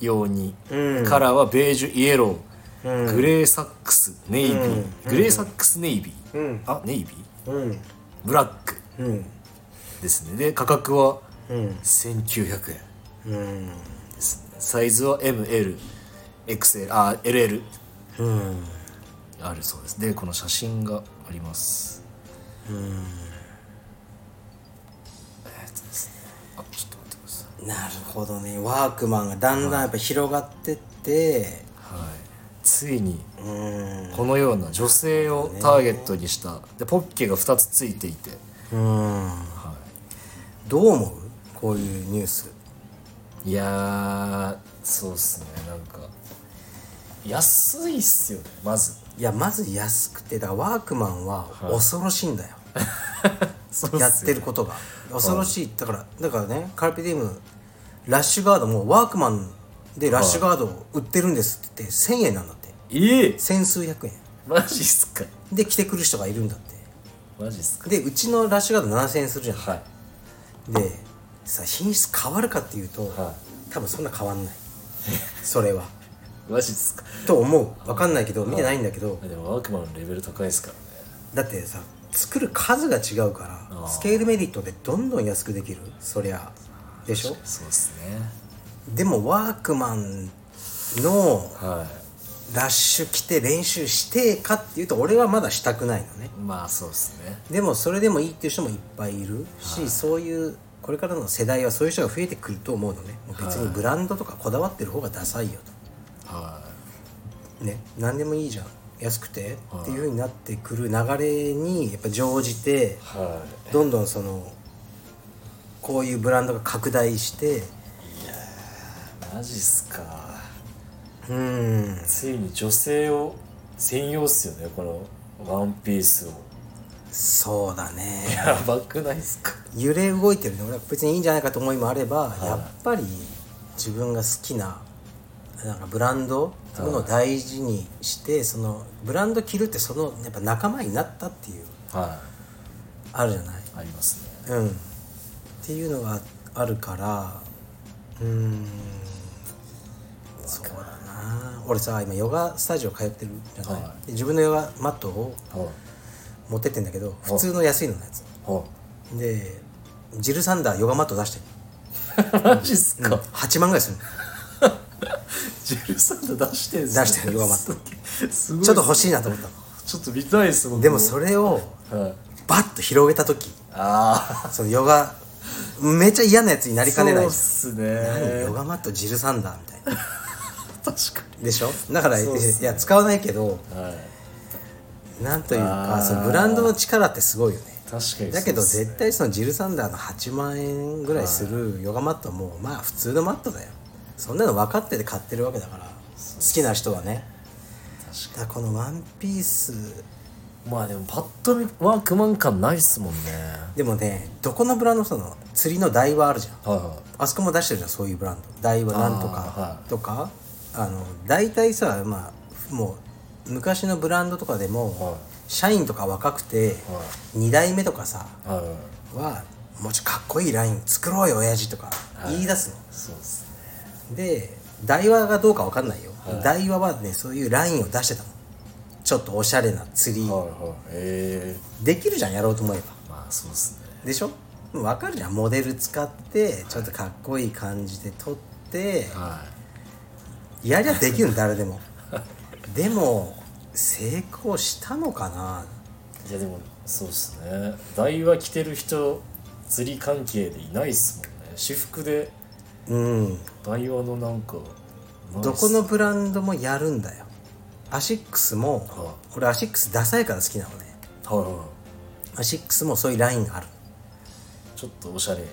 Speaker 2: 用に、カラーはベージュイエロー、グレーサックスネイビー、グレーサックスネイビー、あネイビー、
Speaker 1: うん
Speaker 2: ブラック
Speaker 1: うん
Speaker 2: ですねで価格は1900円
Speaker 1: うん
Speaker 2: ですねサイズは MLXL あ LL
Speaker 1: うん
Speaker 2: あるそうですでこの写真がありますえーっとですねあちょっと待ってください
Speaker 1: なるほどねワークマンがだんだんやっぱ広がってって
Speaker 2: はいついに
Speaker 1: うん
Speaker 2: このような女性をターゲットにしたでポッケが2つついていて、
Speaker 1: うん
Speaker 2: は
Speaker 1: どう思うこういうニュース
Speaker 2: い、いやーそうっすねなんか安いっすよねまず
Speaker 1: いやまず安くてだからワークマンは恐ろしいんだよ、
Speaker 2: そう
Speaker 1: やってることが恐ろしいだからだからねカルピディウムラッシュガードもワークマンでラッシュガードを売ってるんですって言って1000円なんだって
Speaker 2: ええ
Speaker 1: 千数百円
Speaker 2: マジっすか
Speaker 1: で来てくる人がいるんだって
Speaker 2: マジっすか
Speaker 1: でうちのラッシュガード7000円するじゃん、
Speaker 2: はい
Speaker 1: でさ品質変わるかっていうと、
Speaker 2: は
Speaker 1: 多分そんな変わんないそれは
Speaker 2: マジっすか
Speaker 1: と思うわかんないけど見てないんだけど
Speaker 2: でもワークマンのレベル高いっすからね
Speaker 1: だってさ作る数が違うから
Speaker 2: あ
Speaker 1: スケールメリットでどんどん安くできるそりゃでしょ
Speaker 2: そうっすね
Speaker 1: でもワークマンの
Speaker 2: は
Speaker 1: ラッシュ来て練習してかっていうと俺はまだしたくないのね
Speaker 2: いまあそうっすね
Speaker 1: でもそれでもいいっていう人もいっぱいいるし、そういうこれからの世代はそういう人が増えてくると思うのねもう別にブランドとかこだわってる方がダサいよ
Speaker 2: は
Speaker 1: とね何でもいいじゃん安くてっていうふうになってくる流れにやっぱ乗じて
Speaker 2: いは
Speaker 1: どんどんそのこういうブランドが拡大して
Speaker 2: いマジっすか
Speaker 1: うん
Speaker 2: ついに女性を専用っすよねこのワンピースを
Speaker 1: そうだね
Speaker 2: やばくないっすか
Speaker 1: 揺れ動いてるね俺は別にいいんじゃないかと思いもあれば、やっぱり自分が好きななんかブランドってものを大事にして、そのブランド着るってそのやっぱ仲間になったっていう
Speaker 2: は
Speaker 1: あるじゃない
Speaker 2: いありますね
Speaker 1: うんっていうのがあるからうーんそうだな俺さ今ヨガスタジオ通ってるじゃない、
Speaker 2: は
Speaker 1: で自分のヨガマットを
Speaker 2: は
Speaker 1: 持ってってんだけど普通の安いののやつ
Speaker 2: いは
Speaker 1: でジルサンダーヨガマット出してる
Speaker 2: いマジっすか、
Speaker 1: 8万ぐらいする
Speaker 2: ジェルサンダ出してんすね
Speaker 1: 出してるヨガマッ
Speaker 2: トすごい
Speaker 1: ちょっと欲しいなと思ったの
Speaker 2: ちょっと見たいっすもん
Speaker 1: でもそれを
Speaker 2: はい
Speaker 1: バッと広げた時
Speaker 2: ああ
Speaker 1: そのヨガめっちゃ嫌なやつになりかねない
Speaker 2: そ
Speaker 1: じゃ
Speaker 2: うっす
Speaker 1: ん何
Speaker 2: ね
Speaker 1: ヨガマットジルサンダーみたい な
Speaker 2: 確か
Speaker 1: でしょだから、
Speaker 2: そうっすね
Speaker 1: いや使わないけど
Speaker 2: に、はい、
Speaker 1: なんというか
Speaker 2: あー
Speaker 1: そのブランドの力ってすごいよね
Speaker 2: 確かに
Speaker 1: だけど
Speaker 2: そうっす
Speaker 1: 絶対そのジルサンダーの8万円ぐらいするヨガマットはもうまあ普通のマットだよそんなの分かってて買ってるわけだから好きな人はねだからこのワンピース
Speaker 2: まあでもパッと見ワークマン感ないっすもんね
Speaker 1: でもねどこのブランドもその釣りの台はあるじゃん
Speaker 2: はいは
Speaker 1: あそこも出してるじゃんそういうブランド台はなんと
Speaker 2: あーは
Speaker 1: か
Speaker 2: い
Speaker 1: とかあの大体さまあもう昔のブランドとかでも、
Speaker 2: はい
Speaker 1: 社員とか若くて、2代目とかさ
Speaker 2: いはいはい
Speaker 1: はもうちょっとかっこいいライン作ろうよ親父とか言い出すの、
Speaker 2: そうっすね
Speaker 1: で台話がどうかわかんないよ、台話はねそういうラインを出してたのちょっとおしゃれな釣り、
Speaker 2: はいはいえ
Speaker 1: できるじゃんやろうと思えば
Speaker 2: ー、まあそうっすね
Speaker 1: でしょわかるじゃんモデル使ってちょっとかっこいい感じで撮って、
Speaker 2: は
Speaker 1: やりゃできるの誰でもでも成功したのかない
Speaker 2: いやでもそうっすね台は着てる人釣り関係でいないっすもんね私服で
Speaker 1: うん
Speaker 2: 台湾のなんかないっす
Speaker 1: どこのブランドもやるんだよアシックスも
Speaker 2: は
Speaker 1: 俺アシックスダサいから好きなのね
Speaker 2: はいはいは
Speaker 1: アシックスもそういうラインがある
Speaker 2: いちょっとおしゃれ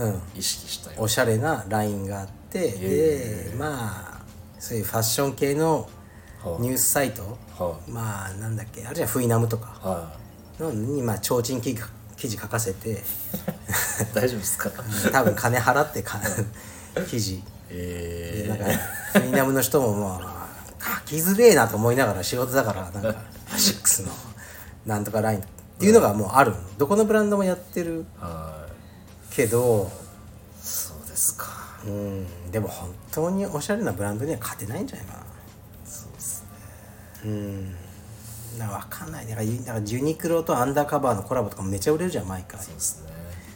Speaker 1: うん
Speaker 2: 意識したよ
Speaker 1: おしゃれなラインがあってでまあそういうファッション系の
Speaker 2: はい
Speaker 1: ニュースサイト
Speaker 2: は
Speaker 1: まあなんだっけあるいはフイナムとか
Speaker 2: い
Speaker 1: の
Speaker 2: は
Speaker 1: にまあ提灯記記事書かせて
Speaker 2: い 大丈夫ですか
Speaker 1: 多分金払ってか 記事
Speaker 2: え
Speaker 1: なんかフィンラムの人もまあ書きづれえなと思いながら仕事だからなんかアシックスのなんとかラインっていうのがもうあるどこのブランドもやってる
Speaker 2: ー、はい
Speaker 1: けど
Speaker 2: そうですか
Speaker 1: うんでも本当におしゃれなブランドには勝てないんじゃないかな
Speaker 2: そうですね
Speaker 1: うんなんか分かんないねだからユだからユニクロとアンダーカバーのコラボとかもめちゃ売れるじゃん毎回
Speaker 2: そうですね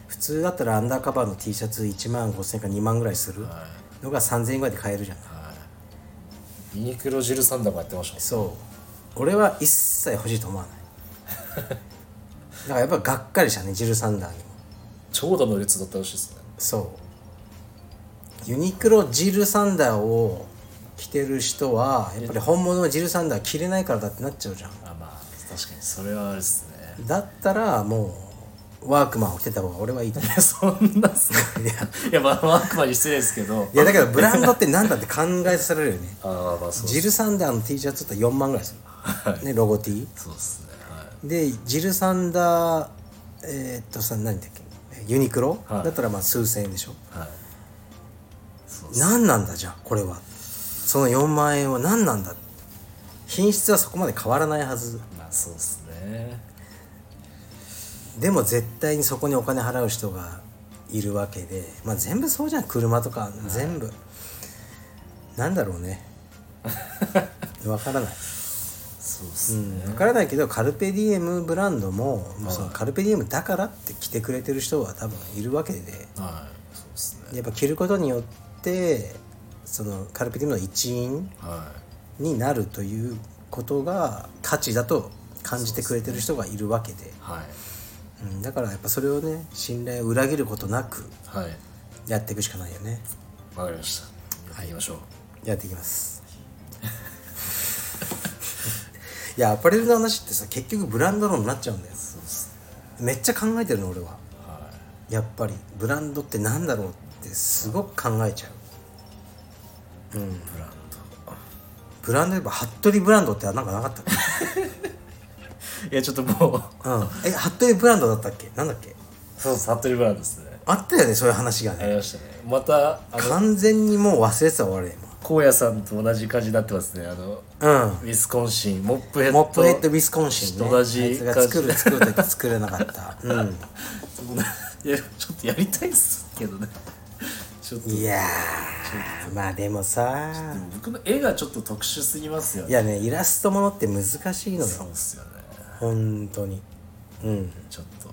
Speaker 1: 普通だったらアンダーカバーの T シャツ1万5000円か2万ぐらいする
Speaker 2: は
Speaker 1: のが3000円ぐらいで買えるじゃん
Speaker 2: いユニクロジルサンダーもやってましたね
Speaker 1: そう俺は一切欲しいと思わないだからやっぱがっかりしたねジルサンダーにも
Speaker 2: 長蛇の列だったらしいですね
Speaker 1: そうユニクロジルサンダーを着てる人はやっぱり本物のジルサンダー着れないからだってなっちゃうじゃん
Speaker 2: あまあ確かにそれはあれですね
Speaker 1: だったらもうワークマンを着てた方が俺はいい と思
Speaker 2: いやそんなっす
Speaker 1: ういや
Speaker 2: ねいやまあワークマンに失礼ですけど
Speaker 1: いやだけどブランドってなんだって考えさせられるよね
Speaker 2: ああまあそう
Speaker 1: ジルサンダーの T シャツだったら4万ぐらいする、ね、ロゴ T
Speaker 2: そうですねは
Speaker 1: でジルサンダーえーっとさ何だっけユニクロ、
Speaker 2: はい
Speaker 1: だったらまあ数千円でしょ
Speaker 2: いはいそうです
Speaker 1: 何なんだじゃあこれはその4万円は何なんだ品質はそこまで変わらないはず
Speaker 2: まあそうですね
Speaker 1: でも絶対にそこにお金払う人がいるわけで、まあ、全部そうじゃん車とか全部、なんだろうね わからない
Speaker 2: そうですね、
Speaker 1: わからないけどカルペディエムブランドもそのカルペディエムだからって来てくれてる人は多分いるわけで
Speaker 2: はいそうですね
Speaker 1: やっぱ着ることによってそのカルペディエムの一員
Speaker 2: は
Speaker 1: になるということが価値だと感じてくれてる人がいるわけで
Speaker 2: いはい
Speaker 1: うん、だからやっぱそれをね信頼を裏切ることなく
Speaker 2: はい
Speaker 1: やっていくしかないよね
Speaker 2: わかりましたはい行きましょう
Speaker 1: やっていきます いやアパレルの話ってさ結局ブランド論になっちゃうんだよ
Speaker 2: そうですね
Speaker 1: めっちゃ考えてるの俺は
Speaker 2: はい
Speaker 1: やっぱりブランドってなんだろうってすごく考えちゃう
Speaker 2: ブランド
Speaker 1: ブランドといえば服部ブランドってなんかなかったっけ、
Speaker 2: いやちょっともう
Speaker 1: うん、え服部ブランドだったっけなんだっけ
Speaker 2: そうサトルブランドですね
Speaker 1: あったよねそういう話が
Speaker 2: あ
Speaker 1: ね
Speaker 2: りましたねまたあの
Speaker 1: 完全にもう忘れてたわ俺
Speaker 2: 荒野さんと同じ感じになってますねあの
Speaker 1: 今うん
Speaker 2: ウィスコンシンモップヘッド
Speaker 1: モップヘッドウィスコンシンね
Speaker 2: と同じ
Speaker 1: あいつが
Speaker 2: 感じ
Speaker 1: 作る作ると言って作れなかったうん
Speaker 2: いやちょっとやりたいっすけどねちょっと
Speaker 1: いやーまあでもさ
Speaker 2: 僕の絵がちょっと特殊すぎます
Speaker 1: い
Speaker 2: よね
Speaker 1: やねイラストものって難しいのよ
Speaker 2: そうっすよね
Speaker 1: 本当にうん
Speaker 2: ちょっと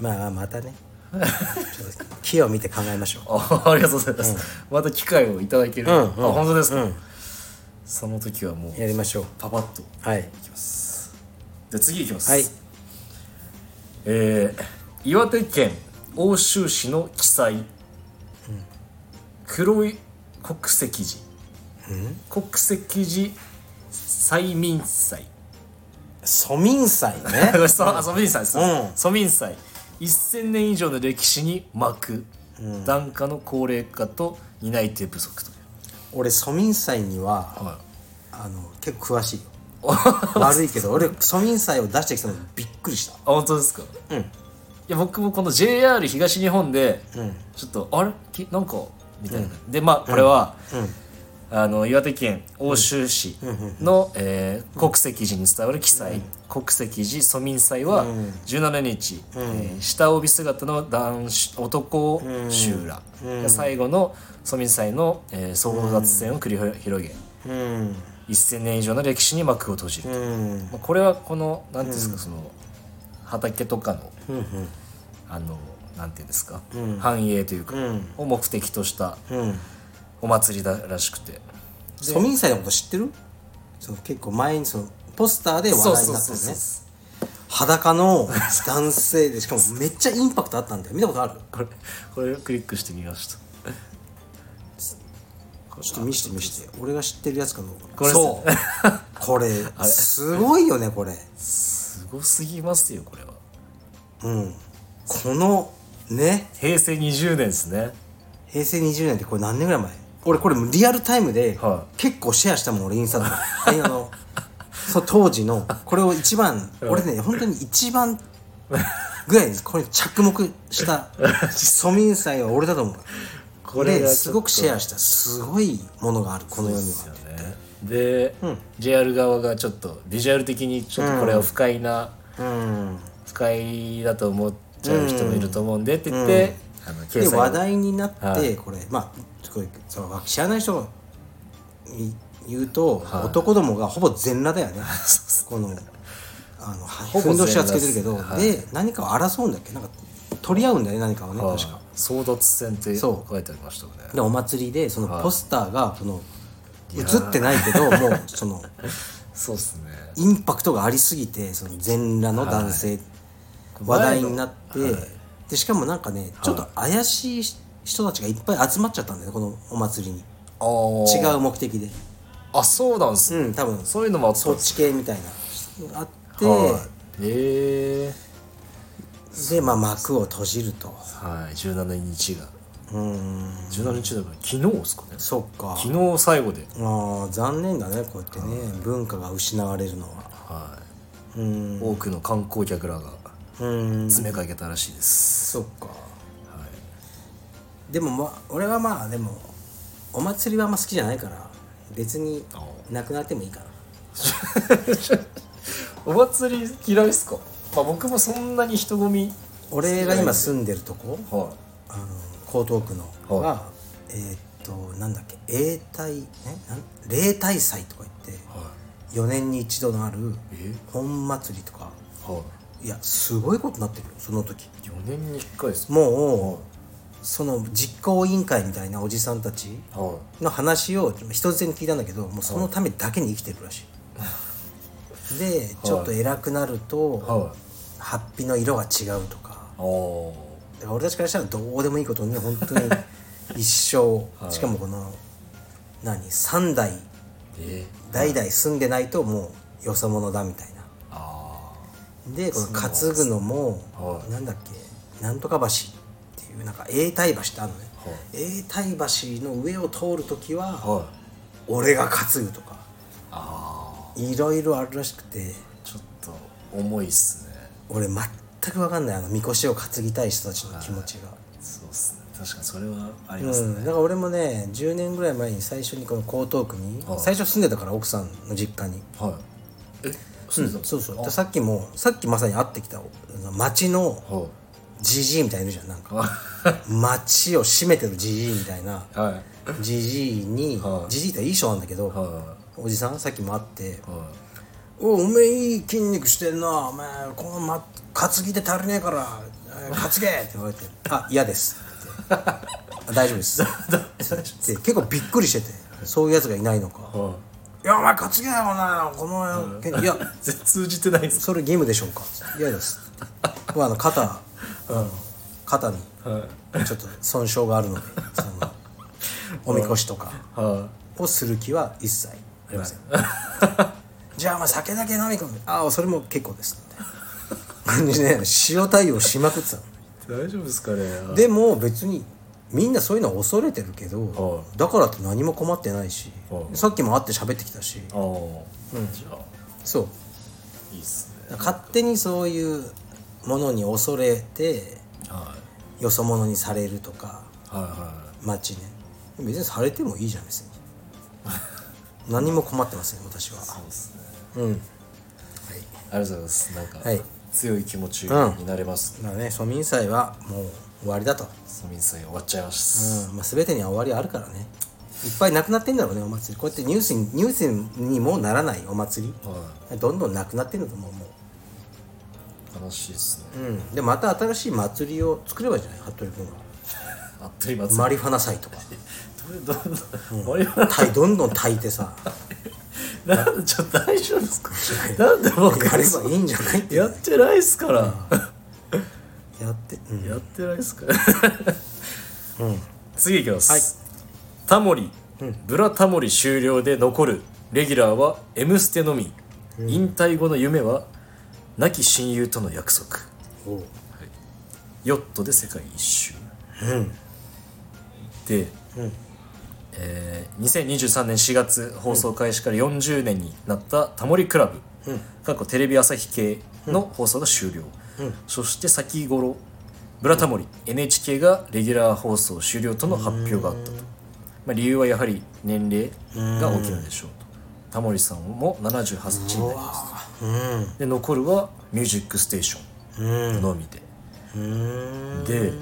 Speaker 1: まあま たねちょっと木を見て考えましょう
Speaker 2: あありがとうございます、また機会をいただける、
Speaker 1: んうん
Speaker 2: あ本当ですか、その時はもう
Speaker 1: やりましょう
Speaker 2: パパッと
Speaker 1: はい
Speaker 2: いきますじゃあ次いきます
Speaker 1: はい
Speaker 2: えー岩手県欧州市の記載、黒い国籍寺、国籍寺催眠祭
Speaker 1: ソミン祭ね
Speaker 2: そうあソミン祭そう
Speaker 1: うん
Speaker 2: ソミン祭1000年以上の歴史に幕、檀家の高齢化と担い手不足と
Speaker 1: 俺ソミン祭には、
Speaker 2: はい
Speaker 1: あの結構詳しいよ悪いけど俺ソミン祭を出してきたのびっくりした
Speaker 2: あ本当ですか
Speaker 1: うん
Speaker 2: いや僕もこの JR 東日本で、ちょっとあれきなんかみたいな、でまあこれは、あの岩手県奥州市の、えー国籍寺に伝わる記載、国籍寺蘇民祭は17日、えー下帯姿の男子男衆ら、が最後の蘇民祭の、えー争奪戦を繰り広げ
Speaker 1: うん
Speaker 2: 1,000年以上の歴史に幕を閉じると。
Speaker 1: うん
Speaker 2: まあ、これはこの何ていうんですか、その畑とかの、あのなんていうんですか、繁栄というか、
Speaker 1: ん
Speaker 2: を目的とした
Speaker 1: うん
Speaker 2: お祭りだらしくて
Speaker 1: ソミン祭のこと知ってるそう結構前にそのポスターで話
Speaker 2: そう
Speaker 1: 題に
Speaker 2: そう
Speaker 1: なった
Speaker 2: そう
Speaker 1: よ
Speaker 2: そ
Speaker 1: ね
Speaker 2: う
Speaker 1: 裸の男性でしかもめっちゃインパクトあったんだよ見たことある
Speaker 2: これこれをクリックしてみました
Speaker 1: ちょっと見して見して俺が知ってるやつかどうか
Speaker 2: これ
Speaker 1: そう これすごいよねこれ
Speaker 2: すごすぎますよこれは
Speaker 1: うんこのね
Speaker 2: 平成20年ですね
Speaker 1: 平成20年ってこれ何年ぐらい前俺これリアルタイムで
Speaker 2: は
Speaker 1: 結構シェアしたもん俺インスタとかであのそう当時のこれを一番俺ね本当に一番ぐらいにこれに着目 した庶民祭は俺だと思う
Speaker 2: こ
Speaker 1: ですごくシェアしたすごいものがあるこの世に
Speaker 2: です
Speaker 1: は
Speaker 2: よねで、JR 側がちょっとビジュアル的にちょっとこれは不快な、
Speaker 1: うん
Speaker 2: 不快だと思っちゃう人もいると思うんでって言って、あの掲
Speaker 1: で
Speaker 2: 載を
Speaker 1: 話題になって、
Speaker 2: はい
Speaker 1: これまあこれそう知らない人に言うと、男どもがほぼ全裸だ よねこのあのほ
Speaker 2: ほぼ
Speaker 1: ぼふ
Speaker 2: 全裸
Speaker 1: んどしはつけてるけど、
Speaker 2: は
Speaker 1: で何かを争うんだっけなんか取り合うんだよね何かをね
Speaker 2: はい
Speaker 1: 確か。
Speaker 2: 争奪戦って書
Speaker 1: そ
Speaker 2: いてありましたよね
Speaker 1: でお祭りでそのポスターがその映ってないけどもうその
Speaker 2: そうですね
Speaker 1: インパクトがありすぎてその全裸の男性、話題になって、でしかもなんかねちょっと怪しい人たちがいっぱい集まっちゃったんだよねこのお祭りに。
Speaker 2: あー
Speaker 1: 違う目的で
Speaker 2: あそうなんですね、
Speaker 1: うん多分そ
Speaker 2: そういうのもあったん
Speaker 1: そ
Speaker 2: で
Speaker 1: っ
Speaker 2: す
Speaker 1: ち系みたいなあって、
Speaker 2: はいへえ
Speaker 1: でまあ幕を閉じると
Speaker 2: はい17日が
Speaker 1: うん
Speaker 2: 17日だから昨日ですかね
Speaker 1: そっか
Speaker 2: 昨日最後で
Speaker 1: あー残念だねこうやってね文化が失われるのは
Speaker 2: は
Speaker 1: うん
Speaker 2: い多くの観光客らが
Speaker 1: うん
Speaker 2: 詰めかけたらしいです、
Speaker 1: そっか
Speaker 2: はい
Speaker 1: でもまあ俺はまあでもお祭りはあんま好きじゃないから別に
Speaker 2: あ
Speaker 1: なくなってもいいかな
Speaker 2: お祭り嫌いですか、まあ、僕もそんなに人混み
Speaker 1: 俺が今住んでるとこ
Speaker 2: は
Speaker 1: あの江東区のは、
Speaker 2: は
Speaker 1: えーっとなんだっけ永代ねなん例大祭とか言って
Speaker 2: い
Speaker 1: 4
Speaker 2: は
Speaker 1: 年に一度のある
Speaker 2: え
Speaker 1: 本祭りとか
Speaker 2: いはい
Speaker 1: やすごいことになってるよその時
Speaker 2: い4年に1回ですも
Speaker 1: もうその実行委員会みたいなおじさんたち
Speaker 2: は
Speaker 1: の話を人づてに聞いたんだけどもうそのためだけに生きてるらしいでちょっと偉くなる
Speaker 2: い
Speaker 1: と
Speaker 2: はい
Speaker 1: ハッピの色が違うとか
Speaker 2: あー
Speaker 1: だから俺たちからしたらどうでもいいことに本当に一生しかもこの何3代
Speaker 2: え
Speaker 1: 代々住んでないともうよそ者だみたいな
Speaker 2: あ
Speaker 1: でこの担ぐのも、
Speaker 2: はい
Speaker 1: なんだっけなんとか橋っていうなんか永代橋ってあるのね、永代橋の上を通る時は、
Speaker 2: あはい
Speaker 1: 俺が担ぐとか
Speaker 2: あ
Speaker 1: いろいろあるらしくて
Speaker 2: ーちょっと重いっすね
Speaker 1: 俺全く分かんないあのみこしを担ぎたい人たちの気持ちが、
Speaker 2: そうっすね確かにそれはあり
Speaker 1: う
Speaker 2: ますね、
Speaker 1: ん、だから俺もね10年ぐらい前に最初にこの江東区に、
Speaker 2: はい
Speaker 1: 最初住んでたから奥さんの実家に、
Speaker 2: はいえ住んでたんです
Speaker 1: そうそうでさっきもさっきまさに会ってきた町の
Speaker 2: かは
Speaker 1: ジジイみたいにいるじゃんなんか 街を閉めてるジジイみたいない
Speaker 2: はい
Speaker 1: ジジイに
Speaker 2: はい
Speaker 1: ジジイっていい人なんだけど
Speaker 2: は
Speaker 1: おじさんさっきも会って
Speaker 2: いは
Speaker 1: 「おいおめえいい筋肉してんなお前この、ま、担ぎで足りねえからえー担げ!」って言われて「あ嫌 です」ってあ大丈夫です」って結構びっくりしててそういうやつがいないのか
Speaker 2: いはい
Speaker 1: 「いやお前担げよお前この筋いや
Speaker 2: 全然通じてないです
Speaker 1: それ義務でしょうか嫌です」まああの肩、あの肩にちょっと損傷がある のでそのおみこしとか
Speaker 2: は
Speaker 1: をする気は一切ありませんじゃあまあ酒だけ飲み込むああそれも結構ですみたいな感じで塩対応しまくってたの
Speaker 2: い大丈夫ですかね
Speaker 1: でも別にみんなそういうの恐れてるけど、
Speaker 2: は
Speaker 1: だからって何も困ってないし、
Speaker 2: はい
Speaker 1: さっきも会って喋ってきたし
Speaker 2: ああ、じゃあ
Speaker 1: そう
Speaker 2: いいっすね
Speaker 1: 勝手にそういうものに恐れて
Speaker 2: はい
Speaker 1: よそ者にされるとか
Speaker 2: はいは
Speaker 1: 街ね別にされてもいいじゃん別 に何も困ってません私
Speaker 2: い
Speaker 1: は
Speaker 2: そうですね
Speaker 1: うんはい
Speaker 2: ありがとうございますなんか、
Speaker 1: はい
Speaker 2: 強い気持ち
Speaker 1: うん
Speaker 2: になれます、
Speaker 1: だからね庶民祭はもう終わりだと、
Speaker 2: ソミンさん終わっちゃいます、
Speaker 1: うんまあ、全てには終わりはあるからねいっぱいなくなってんだろうねお祭りこうやってニュースにニュースにもならないお祭り
Speaker 2: は
Speaker 1: どんどんなくなってんだと思うも
Speaker 2: い悲しいですね、
Speaker 1: う、うん、でまた新しい祭りを作ればいいじゃない服部君は
Speaker 2: あっという間です
Speaker 1: マリファナ祭とか
Speaker 2: どれどんな、森山
Speaker 1: たいどんどん炊いて さ
Speaker 2: なんでちょっと大丈夫ですかなんで僕
Speaker 1: やればいいんじゃないって
Speaker 2: やってないっすから、
Speaker 1: やってうん
Speaker 2: やってないっすから、次いきます、タモリブラタモリ終了で残るレギュラーは「M ステ」のみ、引退後の夢は亡き親友との約束
Speaker 1: おう
Speaker 2: ヨットで世界一周、で、えー2023年4月放送開始から40年になった「タモリクラブ」過去テレビ朝日系の放送が終了、そして先頃「ブラタモリ」NHK がレギュラー放送終了との発表があったと、まあ、理由はやはり年齢が大きなでしょうとタモリさんも78歳になりますとで残るは「ミュージックステーション」のみで、で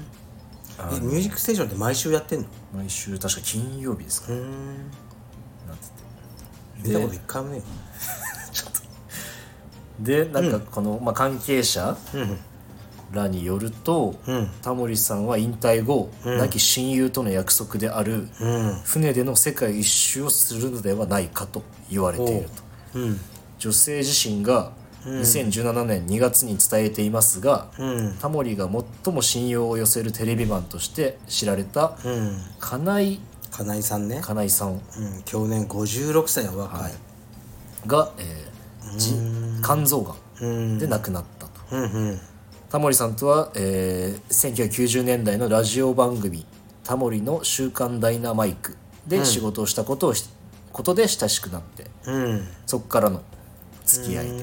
Speaker 1: えミュージックステーションって毎週やってんの
Speaker 2: 毎週確か金曜日ですかねなんつって
Speaker 1: 見たこと一回もね
Speaker 2: でなんかこの、まあ、関係者らによると、タモリさんは引退後、亡き親友との約束である、船での世界一周をするのではないかと言われていると、女性自身が2017年2月に伝えていますが、タモリが最も信用を寄せるテレビマンとして知られた、金井
Speaker 1: えよ金井さんね、
Speaker 2: 金井さん
Speaker 1: うん、去年56歳は若い、
Speaker 2: が、えーじ肝臓がんで亡くなったと、タモリさんとは、えー1990年代のラジオ番組「タモリの週刊ダイナマイク」で仕事をしたことをし、ことで親しくなって
Speaker 1: うん
Speaker 2: そこからの付き合い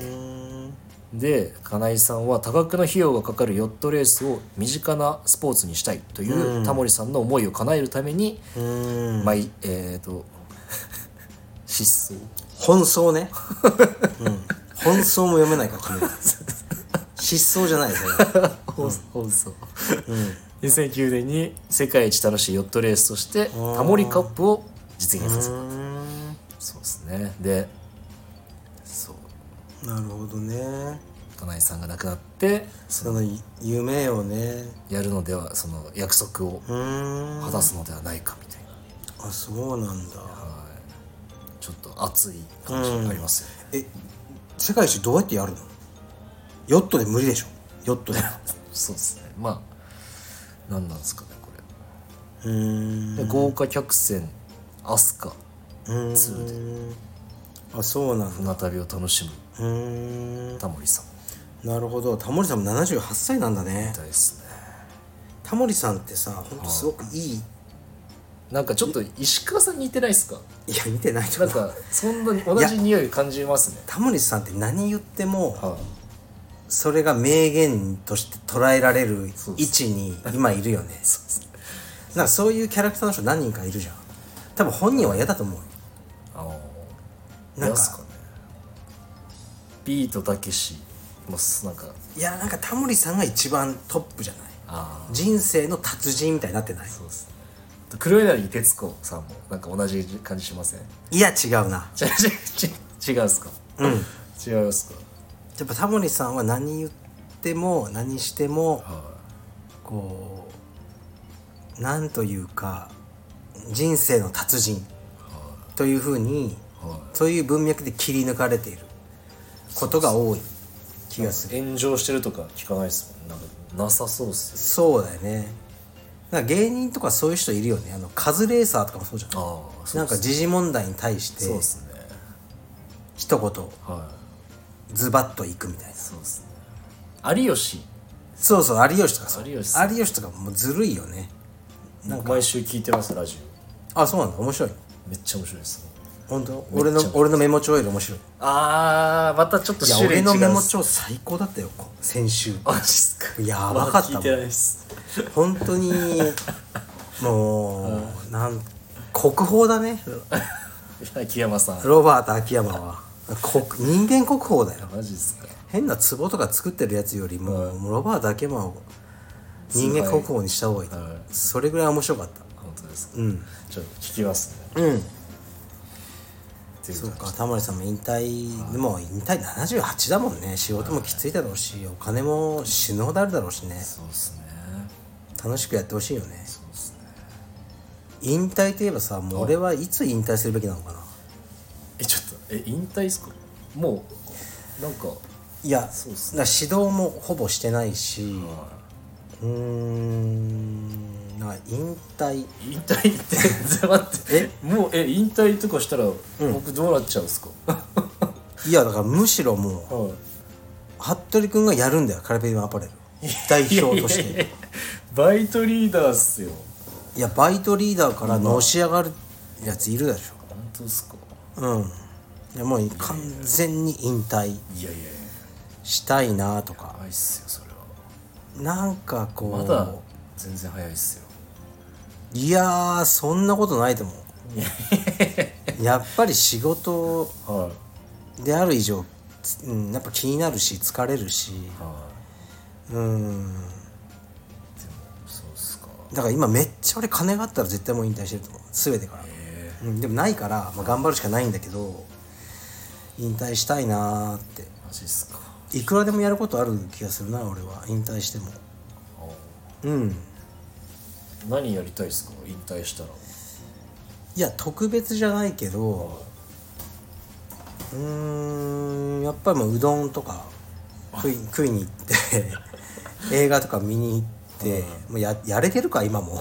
Speaker 2: で、で金井さんは多額の費用がかかるヨットレースを身近なスポーツにしたいという、タモリさんの思いを叶えるために、毎えっ、と 失踪
Speaker 1: 本草ね、 うん、本草も読めないから君は 失踪じゃないそれは
Speaker 2: 放送、2009年に世界一楽しいヨットレースとしてタモリカップを実現させたそうですねでそう
Speaker 1: なるほどね
Speaker 2: 金井さんが亡くなってそ
Speaker 1: その夢をね
Speaker 2: やるのではその約束を
Speaker 1: うーん
Speaker 2: 果たすのではないかみたいな、
Speaker 1: あそうなんだ
Speaker 2: ちょっと熱い感じがありますよね、
Speaker 1: え世界一どうやってやるのヨットで無理でしょヨットで
Speaker 2: そうですねまあ何なんですかねこ
Speaker 1: うーん
Speaker 2: れで豪華客船アスカ2で
Speaker 1: あそうなんだ
Speaker 2: 船旅を楽し
Speaker 1: うーん
Speaker 2: むタモリさん
Speaker 1: なるほどタモリさんも78歳なんだね
Speaker 2: みたいですね
Speaker 1: タモリさんってさほんとすごくいい
Speaker 2: なんかちょっと石川さん似てないですか
Speaker 1: いや見てないと
Speaker 2: なん
Speaker 1: 思う
Speaker 2: かそんなに同じ匂い感じますね
Speaker 1: タモリさんって何言っても
Speaker 2: は
Speaker 1: それが名言として捉えられる位置に今いるよねなんかそういうキャラクターの人何人かいるじゃん多分本人は嫌だと思うよ
Speaker 2: あの
Speaker 1: なんか
Speaker 2: なんすかねビートたけしもすなんか
Speaker 1: いやなんかタモリさんが一番トップじゃない
Speaker 2: あ
Speaker 1: 人生の達人みたいになってない
Speaker 2: そうですね黒柳徹子さんもなんか同じ感じしません
Speaker 1: いや違うな
Speaker 2: 違う違う違うっすかうん違いますか
Speaker 1: やっぱタモリさんは何言っても何しても
Speaker 2: は
Speaker 1: こうなんというか人生の達人というふうに
Speaker 2: いは
Speaker 1: そういう文脈で切り抜かれていることが多い気がする
Speaker 2: い炎上してるとか聞かないですもんなんかなさそうっす
Speaker 1: そうだよねなんか芸人とかそういう人いるよねあのカズレーサーとかもそうじゃん
Speaker 2: ああそう
Speaker 1: なんか時事問題に対して
Speaker 2: そうですね
Speaker 1: 一言
Speaker 2: はい
Speaker 1: ズバッといくみたいな
Speaker 2: そうですね有吉
Speaker 1: そうそう有吉とかそう
Speaker 2: 有吉さ
Speaker 1: 有吉とかもうずるいよね
Speaker 2: 毎週聞いてますラジ
Speaker 1: あそうなんだ面白い
Speaker 2: オめっちゃ面白いですね
Speaker 1: 本当俺の俺のメモ帳より面白い
Speaker 2: あーまたちょっと
Speaker 1: いや
Speaker 2: 種類違
Speaker 1: 俺
Speaker 2: う
Speaker 1: のメモ帳最高だったよこう先週
Speaker 2: あマジっすか
Speaker 1: やばかったもん
Speaker 2: まだ聞いてないっす
Speaker 1: 本当にもうなん国宝だね
Speaker 2: 秋山さん
Speaker 1: ロバート秋山は国人間国宝だよ
Speaker 2: マジっすか
Speaker 1: 変な壺とか作ってるやつよりも、もうロバート秋山を人間国宝にした方がいい、
Speaker 2: はい
Speaker 1: それぐらい面白かった
Speaker 2: 本当ですかちょっと聞きますね
Speaker 1: うん
Speaker 2: っていう
Speaker 1: そう
Speaker 2: か
Speaker 1: かタモリさんも引退もう引退78だもんね仕事もきついだろうしお金も死ぬほどあるだろうしね
Speaker 2: そうっすね
Speaker 1: 楽しくやってほしいよね
Speaker 2: そうっすね
Speaker 1: 引退といえばさもう俺はいつ引退するべきなのかな
Speaker 2: えちょっとえ引退っすかもうなんか
Speaker 1: いや
Speaker 2: そうっす
Speaker 1: だから指導もほぼしてないしうーんなんか引退
Speaker 2: 引退って全然待ってもうえ引退とかしたら僕どうなっちゃうんすか
Speaker 1: いやだからむしろもう
Speaker 2: は
Speaker 1: 服部君がやるんだよカルペディエムアパレル代
Speaker 2: い
Speaker 1: 表として い
Speaker 2: いやいやいやバイトリーダーっすよ
Speaker 1: やバイトリーダーからのし上がるやついるでし
Speaker 2: 本当っすか
Speaker 1: ょうんいやもう完全に引退
Speaker 2: いやいやいや
Speaker 1: したいなとか
Speaker 2: 早いっすよそれは
Speaker 1: なんかこう
Speaker 2: まだ全然早いっすよ
Speaker 1: いやーそんなことないと思うやっぱり仕事
Speaker 2: はい
Speaker 1: である以上、つうん、やっぱ気になるし疲れるし
Speaker 2: は
Speaker 1: うん
Speaker 2: いでもそうっすか
Speaker 1: だから今めっちゃ俺金があったら絶対もう引退してると思う全てから、
Speaker 2: え
Speaker 1: うん、でもないから、まあ、頑張るしかないんだけど引退したいなーって
Speaker 2: ー、マジっすか
Speaker 1: いくらでもやることある気がするな俺は引退しても
Speaker 2: あ
Speaker 1: うん
Speaker 2: ー何やりたいっすか引退したら
Speaker 1: いや特別じゃないけどうーんやっぱりもううどんとか食い食いに行って 映画とか見に行ってもうややれてるか今 も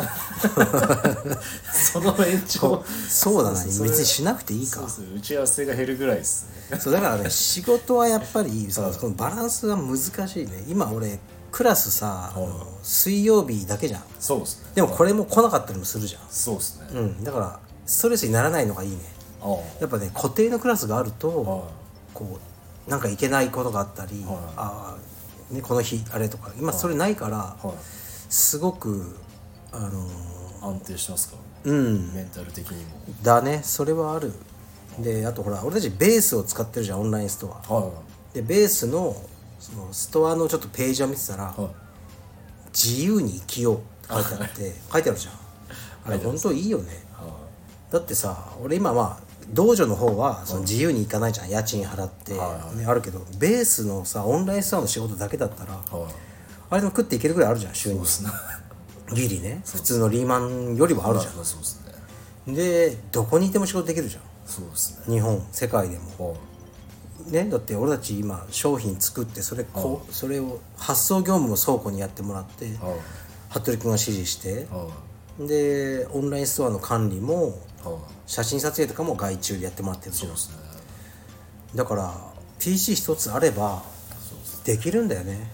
Speaker 2: その延長
Speaker 1: そうだな別
Speaker 2: それ
Speaker 1: にしなくていい
Speaker 2: そう
Speaker 1: か
Speaker 2: っすね打ち合わせが減るぐらいっすね
Speaker 1: そうだから ね仕事はやっぱりそのそのバランスが難しいね今俺クラスさあの水曜日だけじゃん
Speaker 2: そうっすね
Speaker 1: でもこれも来なかったりもするじゃ
Speaker 2: そうっすね、
Speaker 1: ん、うん、だからストレスにならないのがいいね
Speaker 2: あー
Speaker 1: やっぱね固定のクラスがあると、
Speaker 2: は
Speaker 1: こうなんかいけないことがあったり、あーね、この日あれとか今それないから、
Speaker 2: いはい
Speaker 1: すごくあの
Speaker 2: 安定してますから
Speaker 1: ーうん
Speaker 2: メンタル的にも
Speaker 1: だねそれはあるであとほら俺たちベースを使ってるじゃんオンラインストア
Speaker 2: は
Speaker 1: でベースのそのストアのちょっとページを見てたら「
Speaker 2: いはい
Speaker 1: 自由に生きよう」って書いてあって書いてあるじゃんあれ本当いいよね
Speaker 2: は
Speaker 1: だってさ俺今まあ道場の方はその自由に行かないじゃん家賃払って、ね、あるけどベースのさオンラインストアの仕事だけだったら
Speaker 2: いはい
Speaker 1: あれでも食っていけるぐらいあるじゃん週に
Speaker 2: そうっすね
Speaker 1: ギリね普通のリーマンよりはあるじゃ
Speaker 2: まあそうっすね
Speaker 1: んでどこにいても仕事できるじゃ
Speaker 2: そうっす
Speaker 1: ん
Speaker 2: ね
Speaker 1: 日本世界でも
Speaker 2: はい
Speaker 1: ねだって俺たち今商品作ってそれこうそれを発送業務を倉庫にやってもらって
Speaker 2: はい
Speaker 1: 服部君が指示して
Speaker 2: はい
Speaker 1: でオンラインストアの管理も
Speaker 2: はい
Speaker 1: 写真撮影とかも外注でやってもらってるじゃん
Speaker 2: そうっすね
Speaker 1: だから PC 一つあればできるんだよね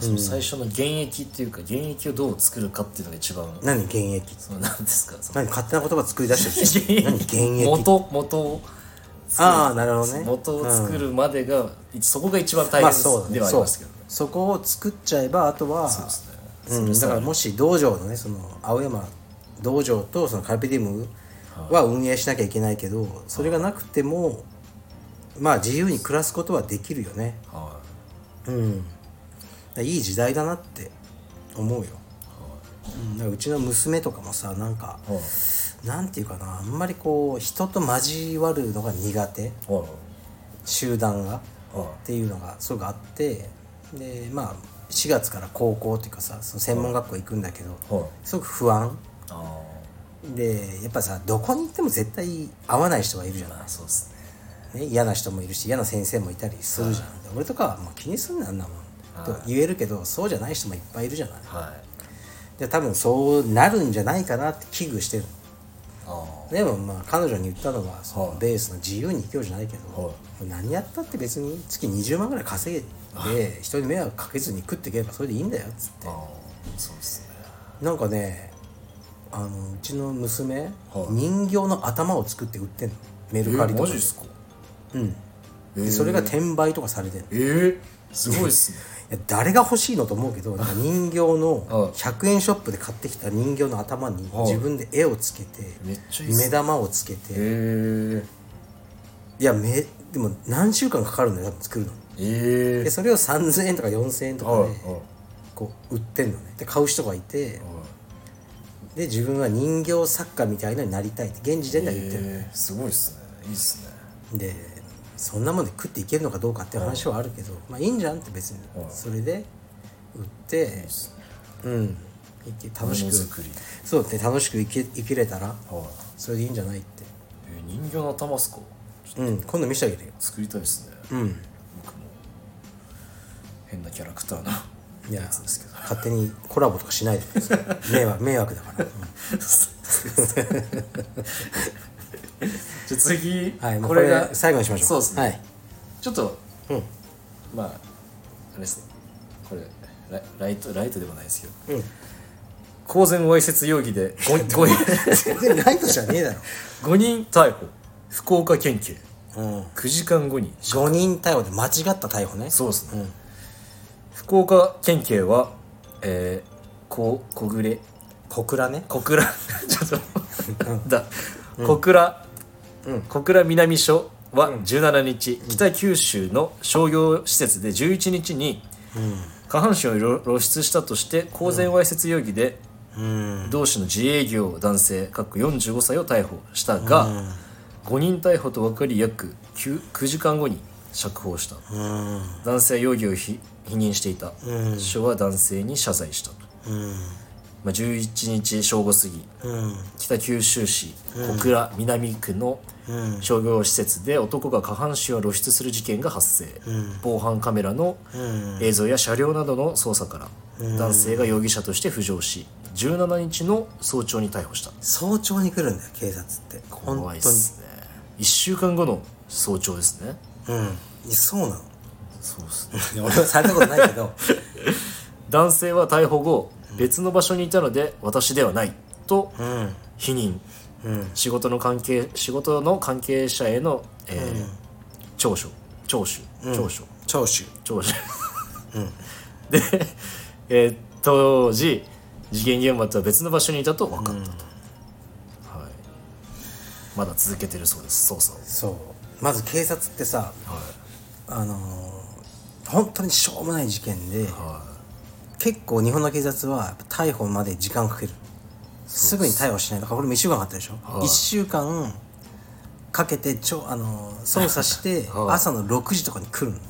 Speaker 2: その最初の現役っていうか現役をどう作るかっていうのが一番
Speaker 1: 何現役
Speaker 2: その何ですかその
Speaker 1: 何勝手な言葉作り出して る何現役
Speaker 2: 元元を
Speaker 1: ああなるほどね
Speaker 2: 元を作るまでが、そこが一番大
Speaker 1: まあ
Speaker 2: 変です
Speaker 1: そうだね
Speaker 2: ではありますけどね
Speaker 1: そうそこを作っちゃえばあとは
Speaker 2: そうですね
Speaker 1: うん、だからもし道場のねその青山道場とそのカルペディウムは運営しなきゃいけないけど、それがなくてもまあ自由に暮らすことはできるよね
Speaker 2: は
Speaker 1: うんだからいい時代だなって思うよ、うん、だからうちの娘とかもさなんか
Speaker 2: いはい
Speaker 1: なんていうかなあんまりこう人と交わるのが苦手
Speaker 2: はい
Speaker 1: 集団が
Speaker 2: は
Speaker 1: っていうのがすごくあってでまあ4月から高校っていうかさその専門学校行くんだけど、
Speaker 2: いはい
Speaker 1: すごく不安
Speaker 2: あ
Speaker 1: でやっぱさどこに行っても絶対合わない人がいるじゃない、
Speaker 2: あそうですね
Speaker 1: ね、嫌な人もいるし嫌な先生もいたりするじゃん、俺とかはもう気にすんなあんなもん、と言えるけどそうじゃない人もいっぱいいるじゃない
Speaker 2: は
Speaker 1: で多分そうなるんじゃないかなって危惧してる
Speaker 2: あ
Speaker 1: でもまあ彼女に言ったのはそ
Speaker 2: は
Speaker 1: の
Speaker 2: い
Speaker 1: ベースの自由に生きようじゃないけど、
Speaker 2: は
Speaker 1: 何やったって別に月20万ぐらい稼いで人に迷惑かけずに食っていけばそれでいいんだよっつっ
Speaker 2: ああそうですね
Speaker 1: てなんかねあのうちの娘、
Speaker 2: はい
Speaker 1: 人形の頭を作って売ってんのメルカリ
Speaker 2: え
Speaker 1: とか
Speaker 2: マジ
Speaker 1: で
Speaker 2: っすか
Speaker 1: うん
Speaker 2: え
Speaker 1: で
Speaker 2: ー
Speaker 1: それが転売とかされてんのい
Speaker 2: えー、すごいっすね
Speaker 1: や誰が欲しいのと思うけどなんか人形
Speaker 2: はい
Speaker 1: の100円ショップで買ってきた人形の頭に
Speaker 2: はい
Speaker 1: 自分で絵をつけて
Speaker 2: めっちゃいいっすね
Speaker 1: 目玉をつけて
Speaker 2: えー、
Speaker 1: いやめでも何週間かかるんだよ多分作るの
Speaker 2: え
Speaker 1: で
Speaker 2: ー、
Speaker 1: それを3000円とか4000円とか
Speaker 2: はいは
Speaker 1: で
Speaker 2: い
Speaker 1: こう売ってんのねで買う人がいて
Speaker 2: はい
Speaker 1: で自分は人形作家みたいのになりたいって現時点では言ってる、
Speaker 2: えー、すごいっすねいいっすね
Speaker 1: でそんなもんで食っていけるのかどうかっていう話はあるけど、まあいいんじゃんって別に、
Speaker 2: はい
Speaker 1: それで売って
Speaker 2: いいっすね
Speaker 1: うんいけ楽し
Speaker 2: もの
Speaker 1: く
Speaker 2: づくり
Speaker 1: そうで楽しく生き生きれたら
Speaker 2: はい
Speaker 1: それでいいんじゃないって
Speaker 2: えー、人形の頭っすかちょっ
Speaker 1: うん今度見せてあげるよ
Speaker 2: と作りたいっすね
Speaker 1: うん
Speaker 2: 僕も変なキャラクターない
Speaker 1: や
Speaker 2: やつですけど
Speaker 1: 勝手にコラボとかしないでくださ い迷惑迷惑だから、うん
Speaker 2: じゃあ次、
Speaker 1: はい、もうこれが最後にしましょう。
Speaker 2: そうですね、
Speaker 1: はい。
Speaker 2: ちょっと
Speaker 1: うん。
Speaker 2: まああれですねこれライライトライトでもないですけど、
Speaker 1: うん
Speaker 2: 公然わいせつ容疑で 5, 人
Speaker 1: 全然ライトじゃねえだろ。
Speaker 2: 5人逮捕福岡県警
Speaker 1: うん。
Speaker 2: 9時間後に
Speaker 1: 5人逮捕で間違った逮捕ね。
Speaker 2: そうですね、
Speaker 1: うん
Speaker 2: 福岡県警はえー、こ小暮
Speaker 1: 小倉ね。
Speaker 2: 小倉 ちょっとだ小倉、小倉南署は17日、北九州の商業施設で11日に下半身を露露出したとして公然わいせつ容疑で
Speaker 1: うん。
Speaker 2: 同市の自営業男性かっこ45歳を逮捕したが、5人逮捕と分かり約 9, 9時間後に釈放した
Speaker 1: うん。
Speaker 2: 男性は容疑を否否認していた、署は男性に謝罪したと、
Speaker 1: うん。
Speaker 2: まあ、11日正午過ぎ
Speaker 1: うん。
Speaker 2: 北九州市小倉南区の商業施設で男が下半身を露出する事件が発生、防犯カメラの映像や車両などの捜査から男性が容疑者として浮上し17日の早朝に逮捕した
Speaker 1: 早朝に来るんだよ、警察って。本
Speaker 2: 怖いっ
Speaker 1: 当に。
Speaker 2: すね1週間後の早朝ですね
Speaker 1: うん。いやそうなの。
Speaker 2: そうですね
Speaker 1: いや俺はされたことないけど。
Speaker 2: 男性は逮捕後別の場所にいたので私ではないと
Speaker 1: うん。
Speaker 2: 否認
Speaker 1: うん。
Speaker 2: 仕事の関係仕事の関係者への、えー聴取聴取聴取、
Speaker 1: 聴取。
Speaker 2: 聴取、 で、えー当時事件現場とは別の場所にいたと分かったと、はい、まだ続けてるそうです捜査を
Speaker 1: そう。まず警察ってさ、
Speaker 2: はい
Speaker 1: あのー本当にしょうもない事件で、
Speaker 2: は
Speaker 1: 結構日本の警察はやっぱ逮捕まで時間かけるすぐに逮捕しないだからこれも1週間かかったでしょ、
Speaker 2: はい
Speaker 1: 1週間かけてちょあの捜査して
Speaker 2: はい
Speaker 1: 朝の6時とかに来るのね、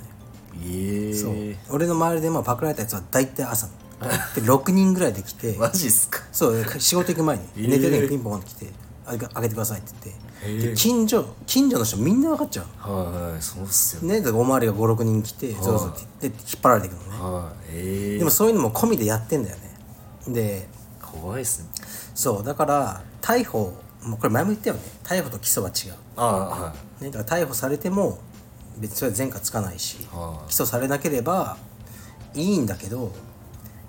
Speaker 2: いええー、
Speaker 1: 俺の周りでまあパクられたやつは大体朝ので6人ぐらいで来 て
Speaker 2: マジっすか
Speaker 1: そう仕事行く前に
Speaker 2: えー
Speaker 1: 寝てる時にピンポンって来て「あげあげてください」って言って
Speaker 2: え
Speaker 1: で近所近所の人みんな分かっちゃう
Speaker 2: はいそうっすよね
Speaker 1: のねでおまわりが56人来てそうそうって言って引っ張られていくのね
Speaker 2: はいええ
Speaker 1: でもそういうのも込みでやってんだよねで
Speaker 2: 怖いっすね
Speaker 1: そうだから逮捕もうこれ前も言ったよね逮捕と起訴は違う、
Speaker 2: ああはい
Speaker 1: ね、だから逮捕されても別にそれは前科つかないし
Speaker 2: はい
Speaker 1: 起訴されなければいいんだけど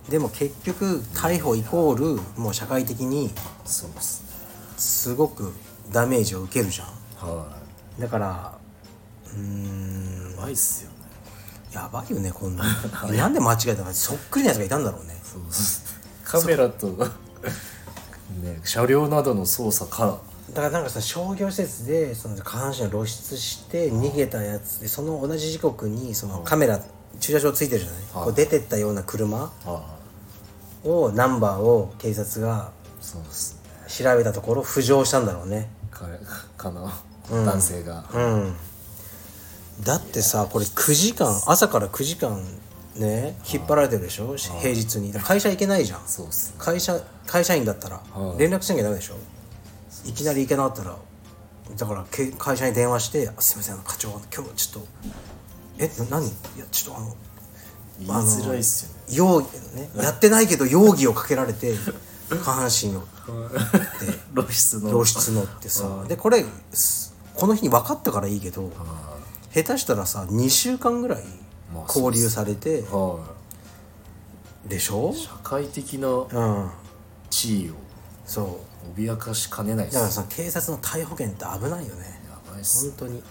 Speaker 1: でも結局逮捕イコールもう社会的に
Speaker 2: そうっすね
Speaker 1: すごくダメージを受けるじゃん
Speaker 2: は
Speaker 1: だからうーん
Speaker 2: い怖いっすよね
Speaker 1: やばいよねこんな のなんで間違えたのかそっくりなやつがいたんだろうね
Speaker 2: そうっすカメラとね車両などの捜査から
Speaker 1: だからなんかその商業施設でその下半身を露出して逃げたやつでその同じ時刻にそのカメラ駐車場ついてるじゃない
Speaker 2: はい
Speaker 1: こう出てったような車
Speaker 2: ああ
Speaker 1: をナンバーを警察が
Speaker 2: そうですね
Speaker 1: 調べたところ浮上したんだろうね
Speaker 2: かかな、男性が、
Speaker 1: うんだってさこれ9時間朝から9時間ね引っ張られてるでしょ平日にだから会社行けないじゃん
Speaker 2: そうっすね
Speaker 1: 会社会社員だったら
Speaker 2: はい
Speaker 1: 連絡しなきゃダメでしょいきなり行けなかったらだからけ会社に電話してあ「すいません課長今日ちょっとえな何いやちょっとあの
Speaker 2: 言いづらいっすよね
Speaker 1: 容疑 ねやってないけど容疑をかけられて下半身を
Speaker 2: 露出の
Speaker 1: 露出のってさでこれすこの日に分かったからいいけど下手したらさ2週間ぐらい
Speaker 2: まあ
Speaker 1: 交流されて
Speaker 2: は
Speaker 1: でしょ
Speaker 2: い社会的な
Speaker 1: うん
Speaker 2: 地位を
Speaker 1: そう
Speaker 2: 脅かしかねないっす
Speaker 1: だから
Speaker 2: や
Speaker 1: さ警察の逮捕権って危ないよね
Speaker 2: ばいっす
Speaker 1: 本当に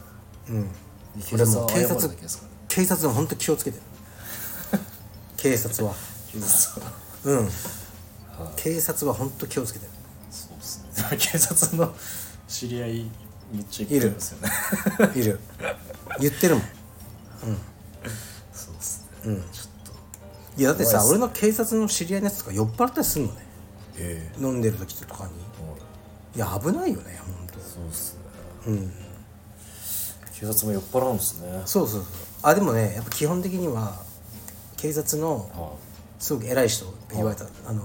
Speaker 1: うん
Speaker 2: 警
Speaker 1: 俺
Speaker 2: 察
Speaker 1: も
Speaker 2: は
Speaker 1: う
Speaker 2: 謝
Speaker 1: 警
Speaker 2: るだ
Speaker 1: 察
Speaker 2: けですからね
Speaker 1: 警察は本当気をつけ て警察は
Speaker 2: 警察は
Speaker 1: うん警察は本当気をつけて
Speaker 2: そうっすね警察の知り合いめっちゃいるんですよね
Speaker 1: いる言ってるもん
Speaker 2: そうっすねちょっと
Speaker 1: いやだって
Speaker 2: 怖いっ
Speaker 1: さ
Speaker 2: す
Speaker 1: 俺の警察の知り合いのやつとか酔っ払ったりするのね
Speaker 2: ええ
Speaker 1: 飲んでる時とかにいや危ないよね本当
Speaker 2: そうっすね警察も酔っ払うんですねはい
Speaker 1: そうそうそうあでもねやっぱ基本的には警察のすごく偉い人って言われた、あの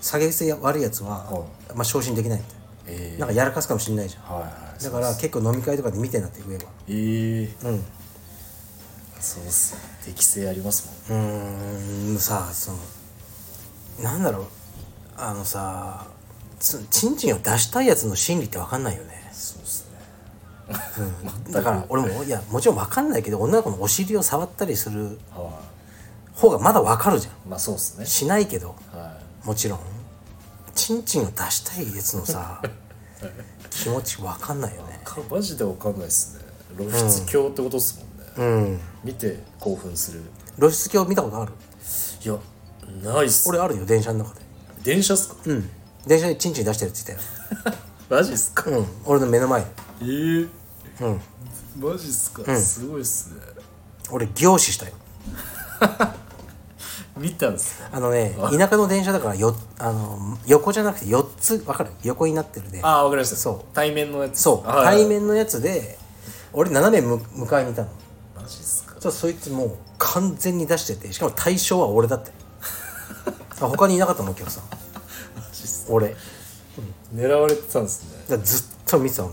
Speaker 1: 下げ癖悪いやつは、
Speaker 2: は
Speaker 1: まあ、昇進できないみたいな,、
Speaker 2: え
Speaker 1: なんかやらかすかもしれないじゃん、
Speaker 2: はいはい
Speaker 1: だから結構飲み会とかで見てなって上は
Speaker 2: ええ
Speaker 1: うん
Speaker 2: そうっすね適性ありますもん
Speaker 1: うーんさあそのなんだろうあのさつチンチンを出したいやつの心理って分かんないよね、
Speaker 2: そうっすね
Speaker 1: うん、だから俺もいやもちろん分かんないけど女の子のお尻を触ったりする
Speaker 2: は
Speaker 1: 方がまだ分かるじゃん
Speaker 2: いまあそうっすね
Speaker 1: しないけど
Speaker 2: は
Speaker 1: もちろんチンチンを出したいやつの さ気持ち分かんないよね
Speaker 2: いかマジでわかんないっすね露出狂ってことっすもんね、
Speaker 1: うん
Speaker 2: 見て興奮する
Speaker 1: 露出鏡見たことある
Speaker 2: いやないっす
Speaker 1: 俺あるよ電車の中で
Speaker 2: 電車っすか、
Speaker 1: うん電車でチンチン出してるって言っ
Speaker 2: マジっすか
Speaker 1: たようん俺の目の前に
Speaker 2: えー、マジっすか、すごいっすね
Speaker 1: 俺凝視したよ
Speaker 2: 見たんすね
Speaker 1: あのね田舎の電車だからよあの横じゃなくて4つ分かる横になってるで
Speaker 2: ああわかりました
Speaker 1: そう
Speaker 2: 対面のやつ
Speaker 1: そう
Speaker 2: あー
Speaker 1: 対面のやつで俺斜めむ向かいにいたの
Speaker 2: マジっすか
Speaker 1: そしたらそいつもう完全に出しててしかも対象は俺だって あ他にいなかったのお客さん
Speaker 2: マジっす
Speaker 1: 俺だか
Speaker 2: 狙われてたんすね
Speaker 1: らずっと見てたの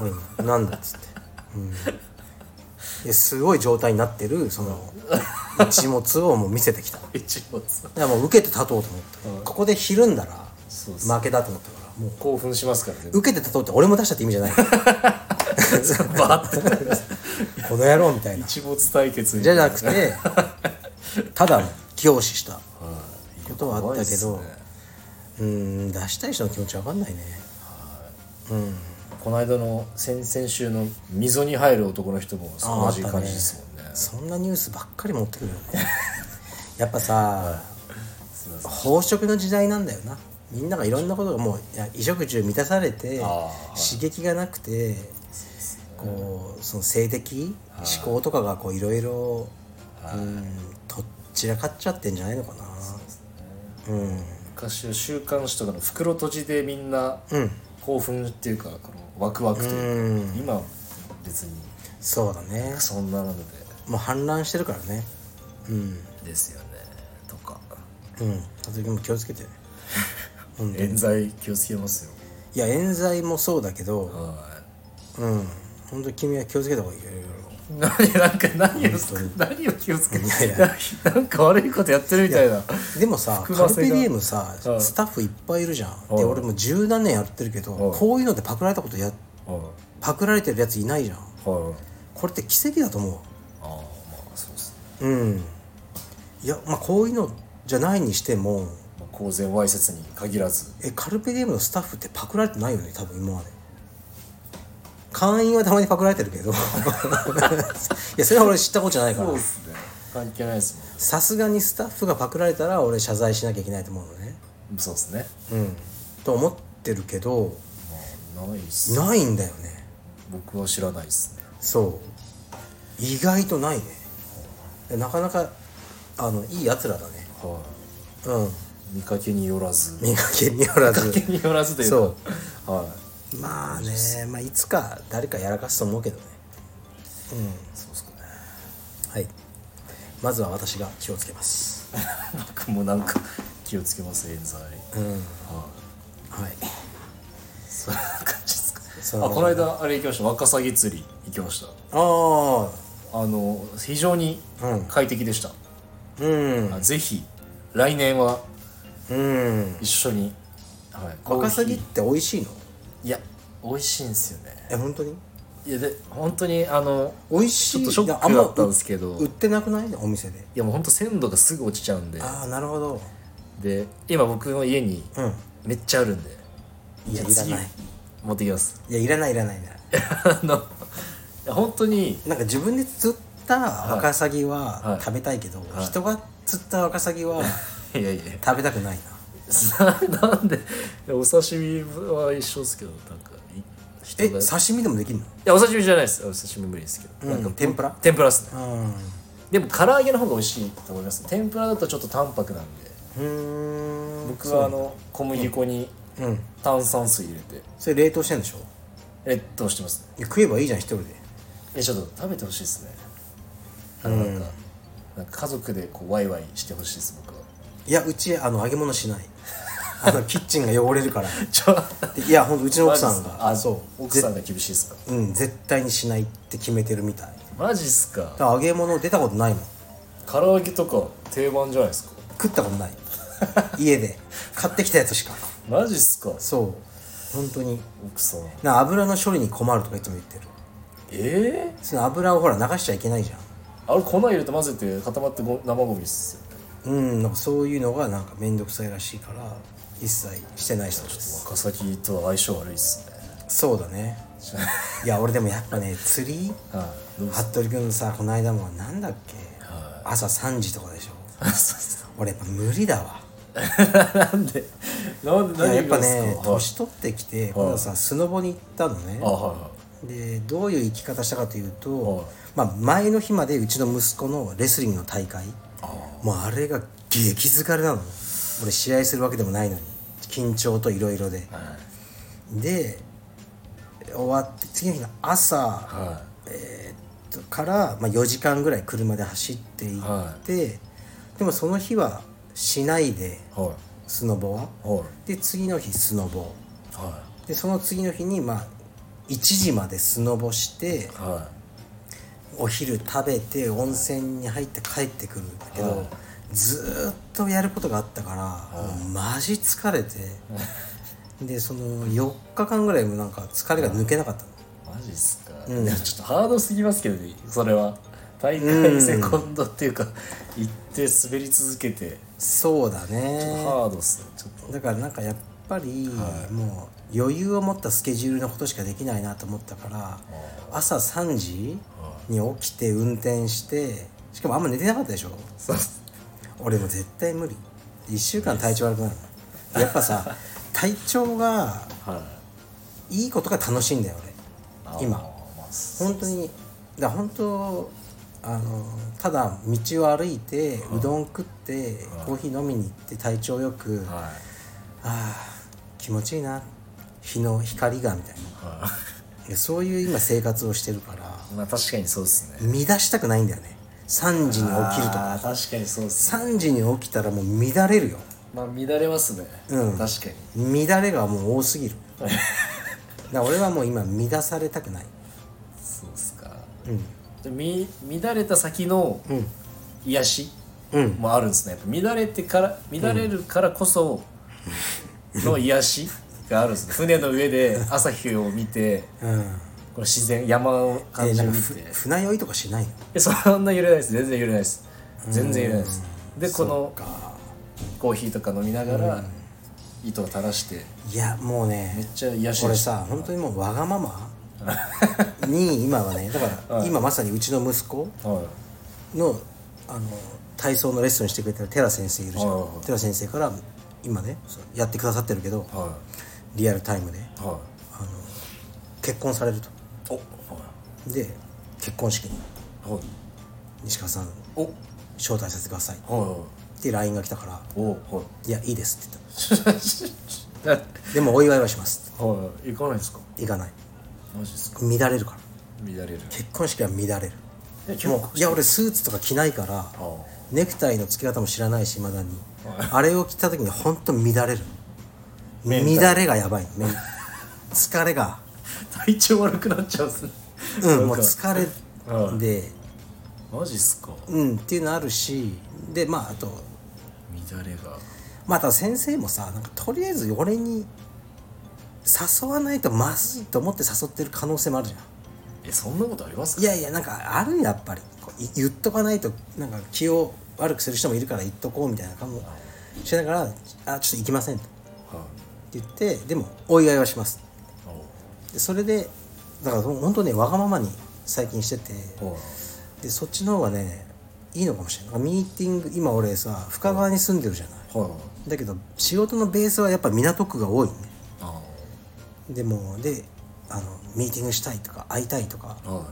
Speaker 1: 俺もなんだっつって、うん、いやすごい状態になってるその一物をもう見せてきただか
Speaker 2: 一応さ
Speaker 1: らもう受けて立とうと思って、ここでひるんだら
Speaker 2: そうっ
Speaker 1: 負けだと思ったからもう
Speaker 2: 興奮しますからね
Speaker 1: 受けて立とうって俺も出したって意味じゃないこ
Speaker 2: バーって
Speaker 1: の野郎みたいな
Speaker 2: 日没対決み
Speaker 1: じ
Speaker 2: た
Speaker 1: ゃ
Speaker 2: い
Speaker 1: なく てただ凝視した
Speaker 2: はい
Speaker 1: ことはあったけど、
Speaker 2: 怖いっすね
Speaker 1: うーん出したい人の気持ち分かんないね
Speaker 2: この間の先々週の溝に入る男の人も
Speaker 1: あ
Speaker 2: 同じ感じですもんね
Speaker 1: そんなニュースばっかり持ってくるよね やっぱさ飽食の時代なんだよなみんながいろんなことがもういや衣食住満たされて、
Speaker 2: あーはい
Speaker 1: 刺激がなくてこうその性的思考とかがこういろいろうんとっちらかっちゃってんじゃないのかなうん
Speaker 2: 昔は週刊誌とかの袋閉じでみんな
Speaker 1: うん
Speaker 2: 興奮っていうかこのワクワクというか今は別に
Speaker 1: そうだね
Speaker 2: そんなので
Speaker 1: もう氾濫してるからねうん
Speaker 2: ですよねとか
Speaker 1: うんあとでも気をつけてね
Speaker 2: 冤罪気をつけますよ
Speaker 1: いや冤罪もそうだけど
Speaker 2: は
Speaker 1: うん本当君は気をつけた方がいいよいろいろ
Speaker 2: い何なんか何を何を気をつけて
Speaker 1: いやい
Speaker 2: なんか悪いことやってるみたいな
Speaker 1: でもさ
Speaker 2: 含
Speaker 1: カ
Speaker 2: ま
Speaker 1: ル
Speaker 2: せ
Speaker 1: ペ
Speaker 2: が
Speaker 1: ディエムさ
Speaker 2: うん
Speaker 1: スタッフいっぱいいるじゃん
Speaker 2: う
Speaker 1: で
Speaker 2: ん
Speaker 1: 俺もう十何年やってるけど
Speaker 2: ん
Speaker 1: こういうのでパクられたことや
Speaker 2: は
Speaker 1: パクられてるやついないじゃん
Speaker 2: いはい
Speaker 1: これって奇跡だと思
Speaker 2: ああまあそうです
Speaker 1: う
Speaker 2: ね
Speaker 1: うんいやまあこういうのじゃないにしても
Speaker 2: まあ公然わいせつに限らず
Speaker 1: えカルペディエムのスタッフってパクられてないよね多分今まで会員はたまにパクられてるけど いやそれは俺知ったことじゃないから
Speaker 2: すね関係ないですもん
Speaker 1: さすがにスタッフがパクられたら俺謝罪しなきゃいけないと思うのね
Speaker 2: そうですね。
Speaker 1: うんと思ってるけど
Speaker 2: まあ、ないっす。
Speaker 1: ないんだよね
Speaker 2: 僕は知らないっすね。
Speaker 1: そう意外とないねでなかなかあのいいやつらだね
Speaker 2: は
Speaker 1: うん
Speaker 2: い。見かけによらず。
Speaker 1: 見かけによらず
Speaker 2: 見かけによらずというか。
Speaker 1: そ
Speaker 2: は
Speaker 1: まあねまあいつか誰かやらかすと思うけどね
Speaker 2: い。そうっすかね。
Speaker 1: はいまずは私が気をつけます
Speaker 2: 僕もなんか気をつけます、冤罪。
Speaker 1: うん
Speaker 2: は
Speaker 1: はい
Speaker 2: い。そういう感じですか。
Speaker 1: そう
Speaker 2: あ、この間あれ行きました。ワカサギ釣り行きまし
Speaker 1: ああ
Speaker 2: た。あの、非常に
Speaker 1: うん
Speaker 2: 快適でした。
Speaker 1: ううん
Speaker 2: あぜひ来年は
Speaker 1: うん
Speaker 2: 一緒に、はい、
Speaker 1: ワカサギっ
Speaker 2: コーヒ
Speaker 1: て美味しいの
Speaker 2: ーいや美味しいんですよね
Speaker 1: え本当に
Speaker 2: いやで本当にあの
Speaker 1: 美味しい
Speaker 2: ちょっとショックだったんですけど
Speaker 1: いやあま売ってなくないお店で
Speaker 2: いやもう本当鮮度がすぐ落ちちゃうんで
Speaker 1: ああなるほど
Speaker 2: で今僕の家に
Speaker 1: うん
Speaker 2: めっちゃあるんで、
Speaker 1: いやいら
Speaker 2: 次
Speaker 1: ない
Speaker 2: 持ってきます
Speaker 1: いやいらないいらないいらない
Speaker 2: あのいや本当に
Speaker 1: なんか自分で釣ったワカサギは
Speaker 2: はい
Speaker 1: 食べたいけど、人が釣ったワカサギ はい
Speaker 2: やいや
Speaker 1: 食べたくないな
Speaker 2: さなんでお刺身は一緒ですけどなんかい人
Speaker 1: え
Speaker 2: がい
Speaker 1: 刺身でもできるの
Speaker 2: やお刺身じゃないですお刺身無理ですけど、
Speaker 1: うん
Speaker 2: なんか
Speaker 1: 天ぷら
Speaker 2: 天ぷらっすね
Speaker 1: うん
Speaker 2: でも唐揚げの方が美味しいと思います天ぷらだとちょっと淡白なんで
Speaker 1: うーん
Speaker 2: 僕はあの小麦粉に
Speaker 1: うん
Speaker 2: 炭酸水入れて
Speaker 1: それ冷凍してんでしょ
Speaker 2: えっとしてますね
Speaker 1: いや食えばいいじゃん一人で
Speaker 2: えちょっと食べてほしいですねあのなんか,、なんか家族でこうワイワイしてほしいです僕はい
Speaker 1: やうちあの揚げ物しないあのキッチンが汚れるから
Speaker 2: ちょ
Speaker 1: でいやほんとうちの奥さんが
Speaker 2: あそう奥さんが厳しいですか
Speaker 1: うん絶対にしないって決めてるみたい
Speaker 2: マジっすか
Speaker 1: だから揚げ物出たことないもん
Speaker 2: 唐揚げとか定番じゃないですか
Speaker 1: 食ったこと ない家で買ってきたやつしか
Speaker 2: マジっすか
Speaker 1: そう本当に
Speaker 2: 奥さん
Speaker 1: な油の処理に困るとかいつも言ってる
Speaker 2: ええ
Speaker 1: その油をほら流しちゃいけないじゃん
Speaker 2: あれ粉入れて混ぜて固まってご生ゴミっす
Speaker 1: う
Speaker 2: よ
Speaker 1: んなんかそういうのがなんか面倒くさいらしいから一切してない人です
Speaker 2: 若崎とは相性悪いっすね
Speaker 1: そうだねいや俺でもやっぱね釣り
Speaker 2: はいどうぞ
Speaker 1: 服部君さこの間もなんだっけ朝3時とかでしょ俺やっぱ無理だわ
Speaker 2: なんでなんで
Speaker 1: いややっ
Speaker 2: 何が
Speaker 1: ぱ
Speaker 2: です
Speaker 1: ね
Speaker 2: かはい
Speaker 1: 年取ってきて今度さスノボに行ったのね
Speaker 2: あはいはい
Speaker 1: でどういう生き方したかという
Speaker 2: はい
Speaker 1: と、まあ、前の日までうちの息子のレスリングの大会もうあれが激疲れなの俺試合するわけでもないのに緊張といろいろでで終わって次の日の朝、
Speaker 2: は
Speaker 1: えーっとから、まあ、4時間ぐらい車で走っていって、
Speaker 2: は
Speaker 1: でもその日はしないで
Speaker 2: いはい
Speaker 1: スノボは
Speaker 2: は
Speaker 1: で
Speaker 2: い
Speaker 1: 次の日スノボ
Speaker 2: は
Speaker 1: でその次の日にまあ1時までスノボして
Speaker 2: いは
Speaker 1: お昼食べて温泉に入って帰ってくるんだけど、
Speaker 2: はい
Speaker 1: ずーっとやることがあったから、もうマジ疲れてでその4日間ぐらいもなんか疲れが抜けなかったの、
Speaker 2: いマジっすか、いやちょっとハードすぎますけどねそれは大会セコンドっていうか、行って滑り続けて
Speaker 1: そうだね
Speaker 2: ハードっすねちょっと
Speaker 1: だからなんかやっぱり、もう余裕を持ったスケジュールのことしかできないなと思ったから朝3時に起きて運転してしかもあんま寝てなかったでしょ
Speaker 2: そうっす
Speaker 1: 俺も絶対無理1週間体調悪くなるのやっぱ さ体調が
Speaker 2: は
Speaker 1: い
Speaker 2: い
Speaker 1: いことが楽しいんだよ俺
Speaker 2: あ
Speaker 1: 今
Speaker 2: ーまあす
Speaker 1: 本当にだから本当あのただ道を歩いてうどん食ってコーヒー飲みに行って体調よく、
Speaker 2: は
Speaker 1: あー気持ちいいな日の光がみたい
Speaker 2: いはい
Speaker 1: ないやそういう今生活をしてる から
Speaker 2: まあ確かにそうですね。
Speaker 1: 乱したくないんだよね3時に起きるとか
Speaker 2: あー確かにそうです。
Speaker 1: 3時に起きたらもう乱れるよ
Speaker 2: まあ乱れますね。
Speaker 1: うん
Speaker 2: 確かに。
Speaker 1: 乱れがもう多 すぎるだから俺はもう今乱されたくない
Speaker 2: そうっすか。
Speaker 1: うん
Speaker 2: でみ乱れた先の
Speaker 1: ん
Speaker 2: 癒し
Speaker 1: うん
Speaker 2: もあるんですね。やっぱ乱れてから乱れるからこその癒しがあるんですね。船の上で朝日を見て、
Speaker 1: うん
Speaker 2: この自然山を感
Speaker 1: え
Speaker 2: じ
Speaker 1: なん
Speaker 2: を
Speaker 1: か
Speaker 2: 見て
Speaker 1: ふ。船酔いとかしないの
Speaker 2: えそんな揺れないです。全然揺れないです。全然揺れないです。でこのコーヒーとか飲みながら糸を垂らして
Speaker 1: いやもうね
Speaker 2: めっちゃ癒し
Speaker 1: 俺
Speaker 2: です。
Speaker 1: さ本当にもうわがままに今はねだから今まさにうちの息子
Speaker 2: はい。
Speaker 1: のあの体操のレッスンしてくれてる寺先生いるじゃん、
Speaker 2: はいはいはい
Speaker 1: 寺先生から今ねそうやってくださってるけど
Speaker 2: は
Speaker 1: リアルタイムで
Speaker 2: いは
Speaker 1: 結婚されると
Speaker 2: いお
Speaker 1: で結婚式に
Speaker 2: はい
Speaker 1: 西川さん
Speaker 2: おはい
Speaker 1: 招待させてくださいっ
Speaker 2: は
Speaker 1: て LINE が来たから
Speaker 2: いお はい
Speaker 1: 「いやいいです」って言っ
Speaker 2: え
Speaker 1: たでもお祝いはしますっ
Speaker 2: はい行かないですか
Speaker 1: て行かない
Speaker 2: マジですか
Speaker 1: 乱れるから
Speaker 2: 乱れる
Speaker 1: 結婚式は乱れる
Speaker 2: え結
Speaker 1: も
Speaker 2: 構
Speaker 1: ういや俺スーツとか着ないから
Speaker 2: あー
Speaker 1: ネクタイの付け方も知らないしまだにあれを着た時に本当乱れる
Speaker 2: メンタル
Speaker 1: 乱れがやばいメン疲れが
Speaker 2: 体調悪くなっちゃうんですね
Speaker 1: うんもう
Speaker 2: なんか
Speaker 1: 疲れで
Speaker 2: マジっすか
Speaker 1: うん、っていうのあるしでまああと
Speaker 2: 乱れが
Speaker 1: また先生もさなんかとりあえず俺に誘わないとまずいと思って誘ってる可能性もあるじゃん
Speaker 2: えそんなことあります
Speaker 1: い
Speaker 2: か
Speaker 1: やいやなんかあるよやっぱりこうい言っとかないとなんか気を悪くする人もいるから言っとこうみたいな感もしながら「あちょっと行きません」と
Speaker 2: はい
Speaker 1: 言ってでもお祝いはします
Speaker 2: お
Speaker 1: でそれでだから本当ねわがままに最近してて
Speaker 2: うおう
Speaker 1: でそっちの方がねいいのかもしれないなんかミーティング今俺さ深川に住んでるじゃない
Speaker 2: はいはい
Speaker 1: だけど仕事のベースはやっぱ港区が多いね
Speaker 2: あ
Speaker 1: でもうであのミーティングしたいとか会いたいとか、
Speaker 2: はい
Speaker 1: こ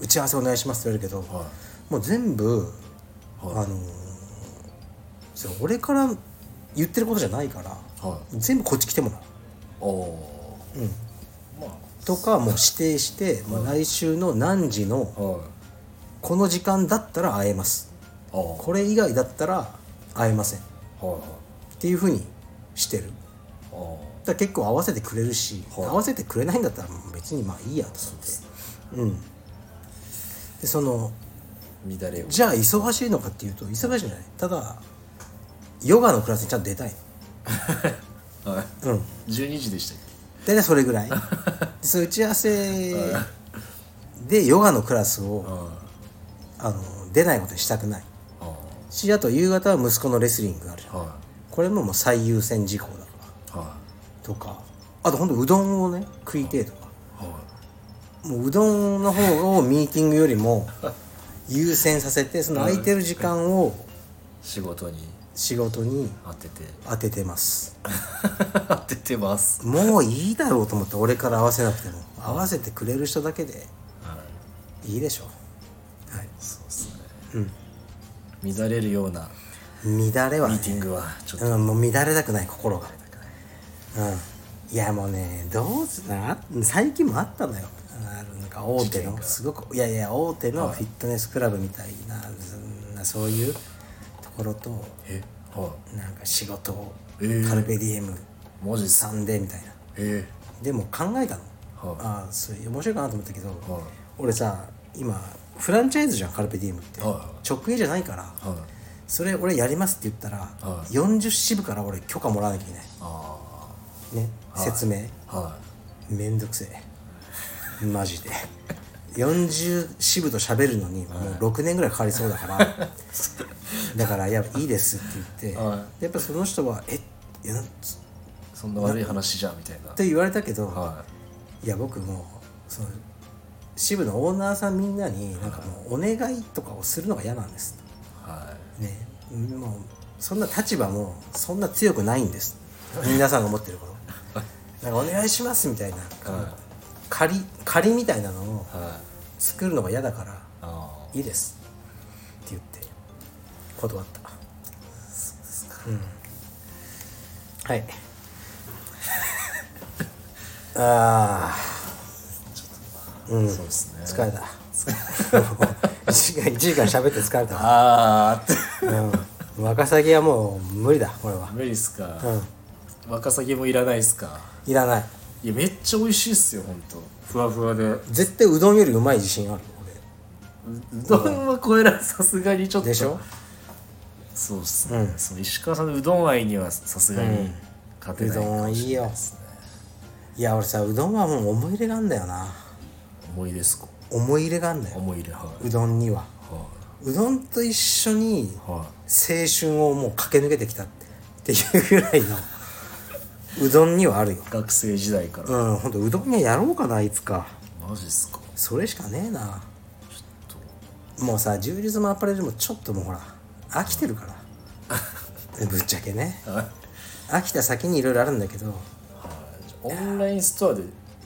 Speaker 1: う打ち合わせお願いしますって言われるけど、
Speaker 2: あは
Speaker 1: もう全部、
Speaker 2: は
Speaker 1: あのーそれ俺から言ってることじゃないから
Speaker 2: いはい
Speaker 1: 全部こっち来てもら
Speaker 2: おお
Speaker 1: う、うん、
Speaker 2: ま
Speaker 1: とかもう指定して、もう来週の何時の
Speaker 2: あはい
Speaker 1: この時間だったら会えます
Speaker 2: ああはい
Speaker 1: これ以外だったら会えませんっ
Speaker 2: はい
Speaker 1: ていうふうにしてる
Speaker 2: ああ
Speaker 1: だから結構合わせてくれるし、
Speaker 2: はい
Speaker 1: 合わせてくれないんだったら別にまあいいやと思ってうんでその
Speaker 2: 乱れを
Speaker 1: じゃあ忙しいのかっていうと忙しいじゃないただヨガのクラスにちゃんと出たい
Speaker 2: は
Speaker 1: うん
Speaker 2: い12時でしたっ
Speaker 1: 大体それぐ らいでその打ち合わせでヨガのクラスを、
Speaker 2: けうん
Speaker 1: あの出ないことにしたくない
Speaker 2: あ
Speaker 1: しあと夕方は息子のレスリングがあるじゃん
Speaker 2: あは
Speaker 1: これももう最優先事項だから
Speaker 2: いは
Speaker 1: とかあとほんとうどんをね食いてえとか
Speaker 2: いは
Speaker 1: もううどんの方をミーティングより も優先させてその空いてる時間を
Speaker 2: い仕事に
Speaker 1: 仕事に
Speaker 2: 当て て
Speaker 1: 当ててます
Speaker 2: 当ててます
Speaker 1: もういいだろうと思って俺から合わせなくても合わせてくれる人だけで
Speaker 2: はい
Speaker 1: いいでしょ
Speaker 2: そうっすねうん乱れるような
Speaker 1: 乱れは、
Speaker 2: ミ
Speaker 1: ね
Speaker 2: ーティングはちょっと
Speaker 1: うん、もう乱れたくない心がうんいやもうねどうすな最近もあったのよあのなんか大手のすごくいやいや大手のフィットネスクラブみたいな、うんそういうところと
Speaker 2: えは
Speaker 1: なんか仕事を、
Speaker 2: えー
Speaker 1: カルペディエム
Speaker 2: いマジっす
Speaker 1: サンデーみたいな
Speaker 2: え
Speaker 1: でも考えたの、
Speaker 2: はい
Speaker 1: ああそれ面白いかなと思ったけど、
Speaker 2: はい
Speaker 1: 俺さ今フランチャイズじゃんカルペディエムって、
Speaker 2: は
Speaker 1: 直営じゃないから、
Speaker 2: いはい
Speaker 1: それ俺やりますって言ったら、
Speaker 2: はい
Speaker 1: 40支部から俺許可もらわなきゃいけない
Speaker 2: あ
Speaker 1: ね、説明
Speaker 2: あは
Speaker 1: めんどくせえマジで40支部と喋るのにもう6年ぐらいかかりそうだから、だから「いやいいです」って言って、
Speaker 2: は
Speaker 1: やっぱその人は「えいやなんつ
Speaker 2: いそんな悪い話じゃんみたいな
Speaker 1: って言われたけど、、
Speaker 2: はい
Speaker 1: や僕もうその支部のオーナーさんみんなになんかもうお願いとかをするのが嫌なんです
Speaker 2: いは
Speaker 1: ねもうそんな立場もそんな強くないんです皆さんが思ってることなんかお願いしますみたいな、
Speaker 2: は
Speaker 1: 仮仮みたいなのを
Speaker 2: いはい
Speaker 1: 作るのが嫌だから
Speaker 2: あ
Speaker 1: いいですって言って断ったうんはい あ
Speaker 2: あうんそうです
Speaker 1: あ
Speaker 2: ね
Speaker 1: 疲れた 1時間喋って疲れたわ
Speaker 2: ああって
Speaker 1: うん、ワカサギはもう無理だこれは
Speaker 2: 無理っすか
Speaker 1: う
Speaker 2: ワカサギもいらないっすか
Speaker 1: んいらない
Speaker 2: いやめっちゃ美味しいっすよほんとふわふわで
Speaker 1: 絶対うどんよりうまい自信ある
Speaker 2: うどんは超えらさすがにちょっと
Speaker 1: でしょ
Speaker 2: そうっすね、その石川さんのうどん愛にはさすがに勝て
Speaker 1: 俺う
Speaker 2: ないか
Speaker 1: どんは
Speaker 2: も
Speaker 1: い
Speaker 2: し
Speaker 1: い
Speaker 2: れない
Speaker 1: よ
Speaker 2: ですね、
Speaker 1: いや俺さうどんはもう思い入れがあんだよな
Speaker 2: 思いですか
Speaker 1: 思い入れがあんだよ
Speaker 2: 思い入れはいう
Speaker 1: どんには
Speaker 2: は
Speaker 1: うどんと一緒に
Speaker 2: いは
Speaker 1: 青春をもう駆け抜けてきたっていうぐらいのうどんにはあるよ
Speaker 2: い学生時代から、
Speaker 1: うんほんとうどん屋やろうかないつか
Speaker 2: マジっすか
Speaker 1: それしかねえな
Speaker 2: ちょっ
Speaker 1: もうさ充実もアパレルもちょっともうほら飽きてるから ぶっちゃけね
Speaker 2: とはい
Speaker 1: 飽きた先にいろいろあるんだけど
Speaker 2: オンラインストアで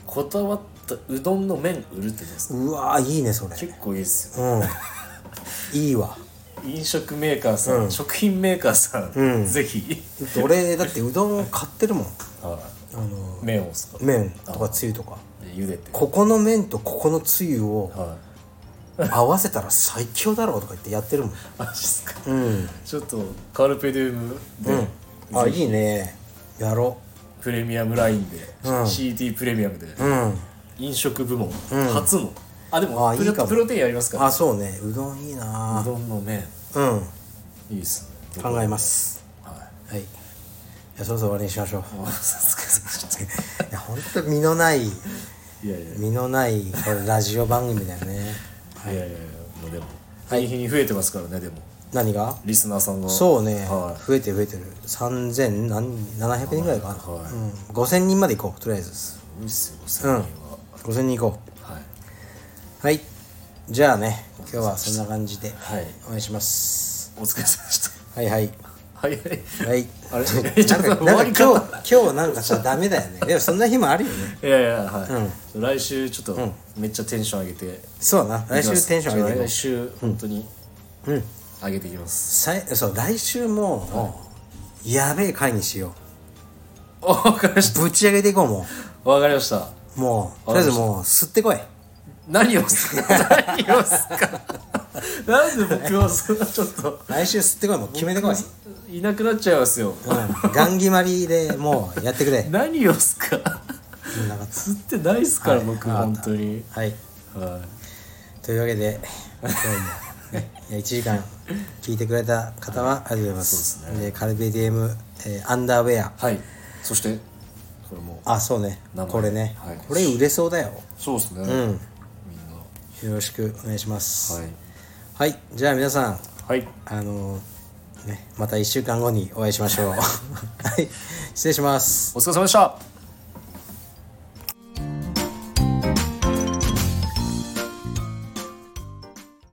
Speaker 2: こだわったうどんの麺売るってどうですか
Speaker 1: うわーいいねそれ
Speaker 2: 結構いいですよ
Speaker 1: うんいいわ
Speaker 2: 飲食メーカーさん、食品メーカーさん、ぜひ、
Speaker 1: だって俺だってうどん買ってるもん
Speaker 2: は
Speaker 1: あの
Speaker 2: い麺をですかで
Speaker 1: 麺とかつゆとか
Speaker 2: 茹でて
Speaker 1: ここの麺とここのつゆを
Speaker 2: はい
Speaker 1: 合わせたら最強だろうとか言ってやってるもん
Speaker 2: マジっすか
Speaker 1: うん
Speaker 2: ちょっとカルペディウムで、
Speaker 1: あいいねやろ
Speaker 2: プレミアムラインで、
Speaker 1: うん
Speaker 2: CD プレミアムで、
Speaker 1: ううん
Speaker 2: 飲食部門初の
Speaker 1: あ
Speaker 2: あでも
Speaker 1: あ
Speaker 2: プ
Speaker 1: いいか
Speaker 2: ロ
Speaker 1: も
Speaker 2: プロテインありますから
Speaker 1: あそうねうどんいいな
Speaker 2: うどんの麺
Speaker 1: うん
Speaker 2: いいですね
Speaker 1: 考えます
Speaker 2: はい
Speaker 1: はいいやそろそろ終わりにしましょう
Speaker 2: あそうですか
Speaker 1: いや本当身のない
Speaker 2: いやいや
Speaker 1: 身のないこれラジオ番組だよね
Speaker 2: いやいやいやもうでも日に日に増えてますからねでも
Speaker 1: 何が
Speaker 2: リスナーさんが
Speaker 1: そうね、
Speaker 2: は
Speaker 1: 増えてる増えてる3000何700人ぐらいかな、
Speaker 2: はい
Speaker 1: うん、5000人まで行こうとりあえず
Speaker 2: いいいっすよ最
Speaker 1: うん
Speaker 2: 近は、
Speaker 1: 5000人行こ
Speaker 2: はいう
Speaker 1: はいじゃあね今日はそんな感じで
Speaker 2: はい
Speaker 1: お願いします
Speaker 2: お疲れ様でした
Speaker 1: はいはい
Speaker 2: はいはい
Speaker 1: はい
Speaker 2: あれ
Speaker 1: なんかなん
Speaker 2: 終わ
Speaker 1: か
Speaker 2: り
Speaker 1: 今
Speaker 2: 方
Speaker 1: 日今日なんかさダメだよねでもそんな日もあるよ ね
Speaker 2: いやいやはい、来週ちょっとめっちゃテンション上げて、
Speaker 1: そうだな来週テンション上げていこ
Speaker 2: 来週本当に上げていきます、
Speaker 1: うさいそう来週もうやべえ回にしよ
Speaker 2: おわかりまし
Speaker 1: うぶち上げていこうも
Speaker 2: たわかりました
Speaker 1: うもうとりあえずもう吸ってこい
Speaker 2: 何をすか何をすかなんで僕はそんなちょっと
Speaker 1: 来週吸ってこいもう決めてこい
Speaker 2: いなくなっちゃいますよ、
Speaker 1: うんガン決まりでもうやってくれ
Speaker 2: 何をすか
Speaker 1: みんなが
Speaker 2: 釣ってないっすから、僕
Speaker 1: はい
Speaker 2: 本当に
Speaker 1: はい
Speaker 2: は
Speaker 1: というわけで 今日も、ね、1時間聞いてくれた方はありがとうございます,、でカルベディエム、えーアンダーウェア
Speaker 2: い、はい、そしてこれも
Speaker 1: あそうね
Speaker 2: 名前
Speaker 1: これね、
Speaker 2: はい
Speaker 1: これ売れそうだよ
Speaker 2: そうですね、みん
Speaker 1: ん
Speaker 2: な
Speaker 1: よろしくお願いします
Speaker 2: はい
Speaker 1: はい、じゃあ皆さん
Speaker 2: はい
Speaker 1: あのーねまた1週間後にお会いしましょうはい失礼します
Speaker 2: お疲れ様でした